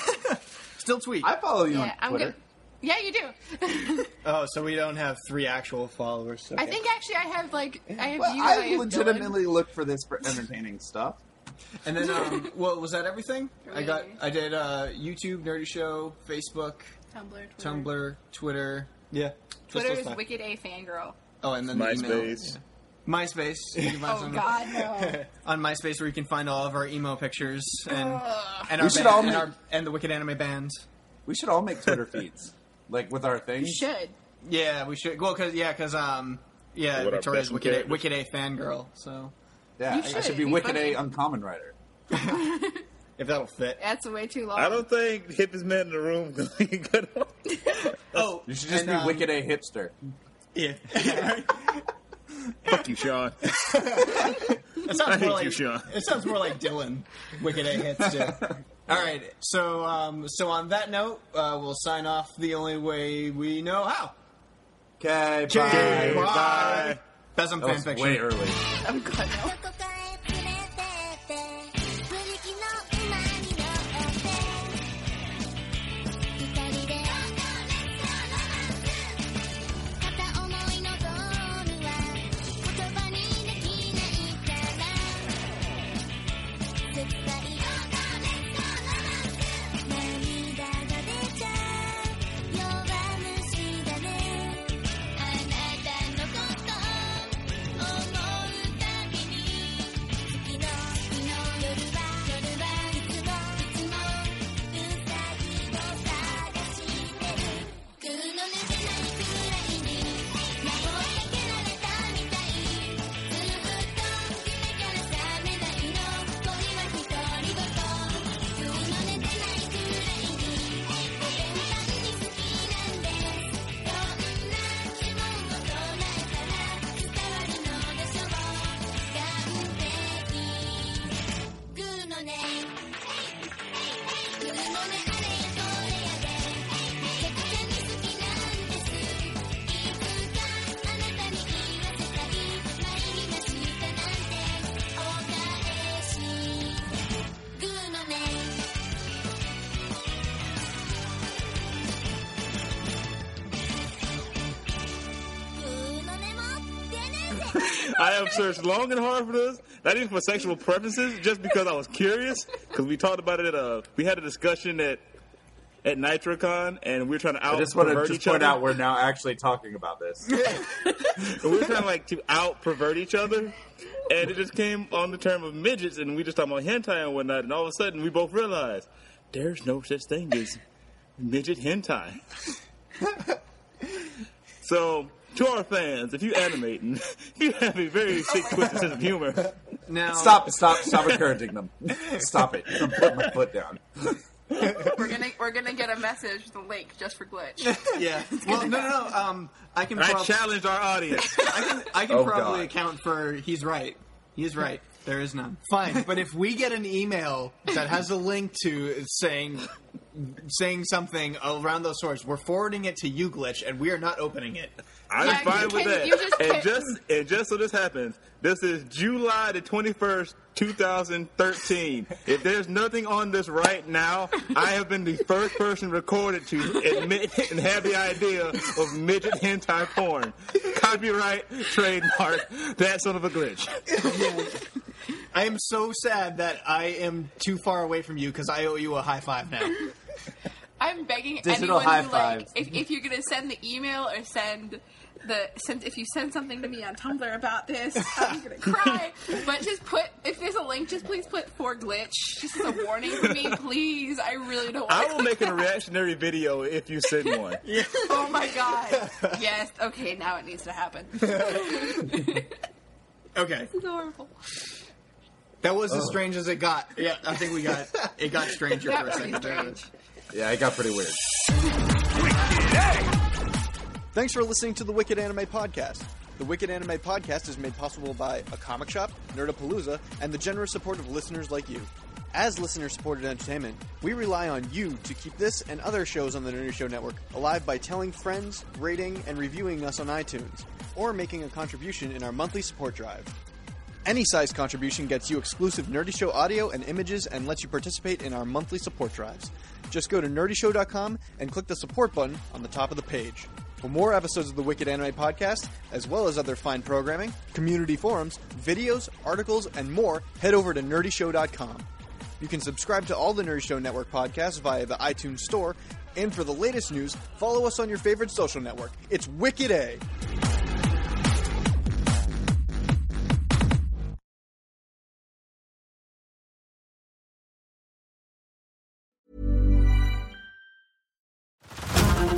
H: still tweet
B: I follow you
E: yeah,
B: on
E: I'm
B: Twitter.
E: good. Yeah, you do.
K: Oh, so we don't have three actual followers.
E: I think actually I have like I have
B: Well,
E: you. and I
B: I
E: have
B: legitimately look for this for entertaining stuff.
H: and then um, well was that everything i got
E: Really?
H: i did uh, youtube nerdy show facebook
E: Dylan. Tumblr. Twitter.
H: tumblr twitter
K: Yeah.
E: Twitter
K: Just
E: is
K: those five.
E: Wicked A fangirl.
H: oh and then the email
D: MySpace.
H: Yeah. MySpace. You can find us
E: Oh
H: on-
E: God, no.
H: on MySpace where you can find all of our emo pictures and and
B: We
H: our,
B: should
H: band,
B: all
H: and,
B: make-
H: our and the Wicked Anime Band.
B: We should all make Twitter feeds, like with our things.
E: You should.
H: Yeah, we should. Well, because yeah, because um, yeah,
D: What our
H: Victoria's
D: best
H: Wicked A,
D: characters.
H: Wicked A fangirl. So
B: Yeah,
E: You
B: I
E: should.
B: should be
E: It'd be
B: Wicked
E: funny.
B: A Uncommon Writer.
H: if that'll fit.
E: That's way too long.
D: I don't think hippest man in the room can cut off.
H: Oh,
B: You should just
D: um,
B: be Wicked A Hipster.
H: Yeah,
D: Fuck you, Sean.
H: it sounds more
D: hate
H: like
D: you, Sean.
H: it sounds more like Dylan. Wicked A hits too. All right, so um, so on that note, uh, we'll sign off the only way we know how.
B: Okay,
H: Okay,
B: bye.
H: bye. Besem
B: That was
H: fanfiction.
B: way
L: ど
B: early.
L: こかへ連れてってブリキの馬に乗って二人で片思いのゴールは言葉にできないから絶対涙が出ちゃう弱虫だねあなたのこと思うたびに月の日の夜は夜は「いつもいつもうさぎを探してる」「くの抜けないくらいに魔法に蹴られたみたい」「ずっと夢から覚めないの恋は独り言」「くの抜けないくらいに全般に好きなんです」「どんな疑問を唱えたら」伝わるのでしょう完璧グーの抜けないくらいに魔法に蹴られたみたいずっと夢から覚めないの恋は独り言くの抜けないくらいに全般に好きなんですどんな疑問を唱えたら伝わるのでしょう完璧グーのねグーのねあれやこれやでめちゃくちゃに好きなんですいつかあなたに言わせたい参りましたなんてお返しグーのねグーのねも出ないぜ
D: I have searched long and hard for this, not even for sexual preferences, just because I was curious. Because we talked about it at a, we had a discussion at at NitroCon, and we were trying to out
B: I just want to
D: pervert
B: just
D: each
B: point
D: other. Um,
B: out we're now actually talking about this.
D: And we were trying like to out pervert each other, and it just came on the term of midgets, and we just talking about hentai and whatnot, and all of a sudden we both realized there's no such thing as midget hentai. so. To our fans, if you animate, and you have a very sick, twisted sense of humor.
H: Now
B: Stop! Stop! Stop encouraging them. Stop it! I'm putting my foot down.
E: We're gonna we're gonna get a message with a link just for glitch.
H: Yeah. Well, no, no, no. Um, I can.
D: I
H: prob-
D: challenged our audience.
H: I can, I can
B: Oh,
H: probably
B: God.
H: account for he's right. He's right. There is none. Fine. But if we get an email that has a link to saying saying something around those sources, we're forwarding it to you, Glitch, and we are not opening it.
D: I'm
E: Yeah, you
D: fine with
E: can-
D: that.
E: you just
D: and
E: can-
D: just and just so this happens, this is July the 21st, 2013. if there's nothing on this right now, I have been the first person recorded to admit and have the idea of midget hentai porn. Copyright, trademark. That son of a glitch.
H: I am so sad that I am too far away from you because I owe you a high five now.
E: I'm begging
B: Digital
E: anyone
B: high
E: who
B: five.
E: like if, if you're gonna send the email or send the send if you send something to me on Tumblr about this, I'm gonna cry. But just put if there's a link, just please put for glitch. Just as a warning for me, please. I really don't.
D: I
E: want
D: will make it a reactionary video if you send one.
E: Oh my god. Yes. Okay. Now it needs to happen.
H: Okay.
E: It's horrible.
H: That was as strange as it got. Yeah, I think we got it got stranger
E: That
H: for a
E: was
H: second there.
E: strange.
B: Yeah, it got pretty weird.
A: Thanks for listening to the Wicked Anime Podcast. The Wicked Anime Podcast is made possible by a comic shop, Nerdapalooza, and the generous support of listeners like you. As listener supported entertainment, we rely on you to keep this and other shows on the Nerdy Show Network alive by telling friends, rating, and reviewing us on iTunes, or making a contribution in our monthly support drive. Any size contribution gets you exclusive Nerdy Show audio and images and lets you participate in our monthly support drives. Just go to nerdyshow.com and click the support button on the top of the page. For more episodes of the Wicked Anime Podcast, as well as other fine programming, community forums, videos, articles, and more, head over to nerdyshow.com. You can subscribe to all the Nerdy Show Network podcasts via the iTunes Store, and for the latest news, follow us on your favorite social network. It's Wicked A!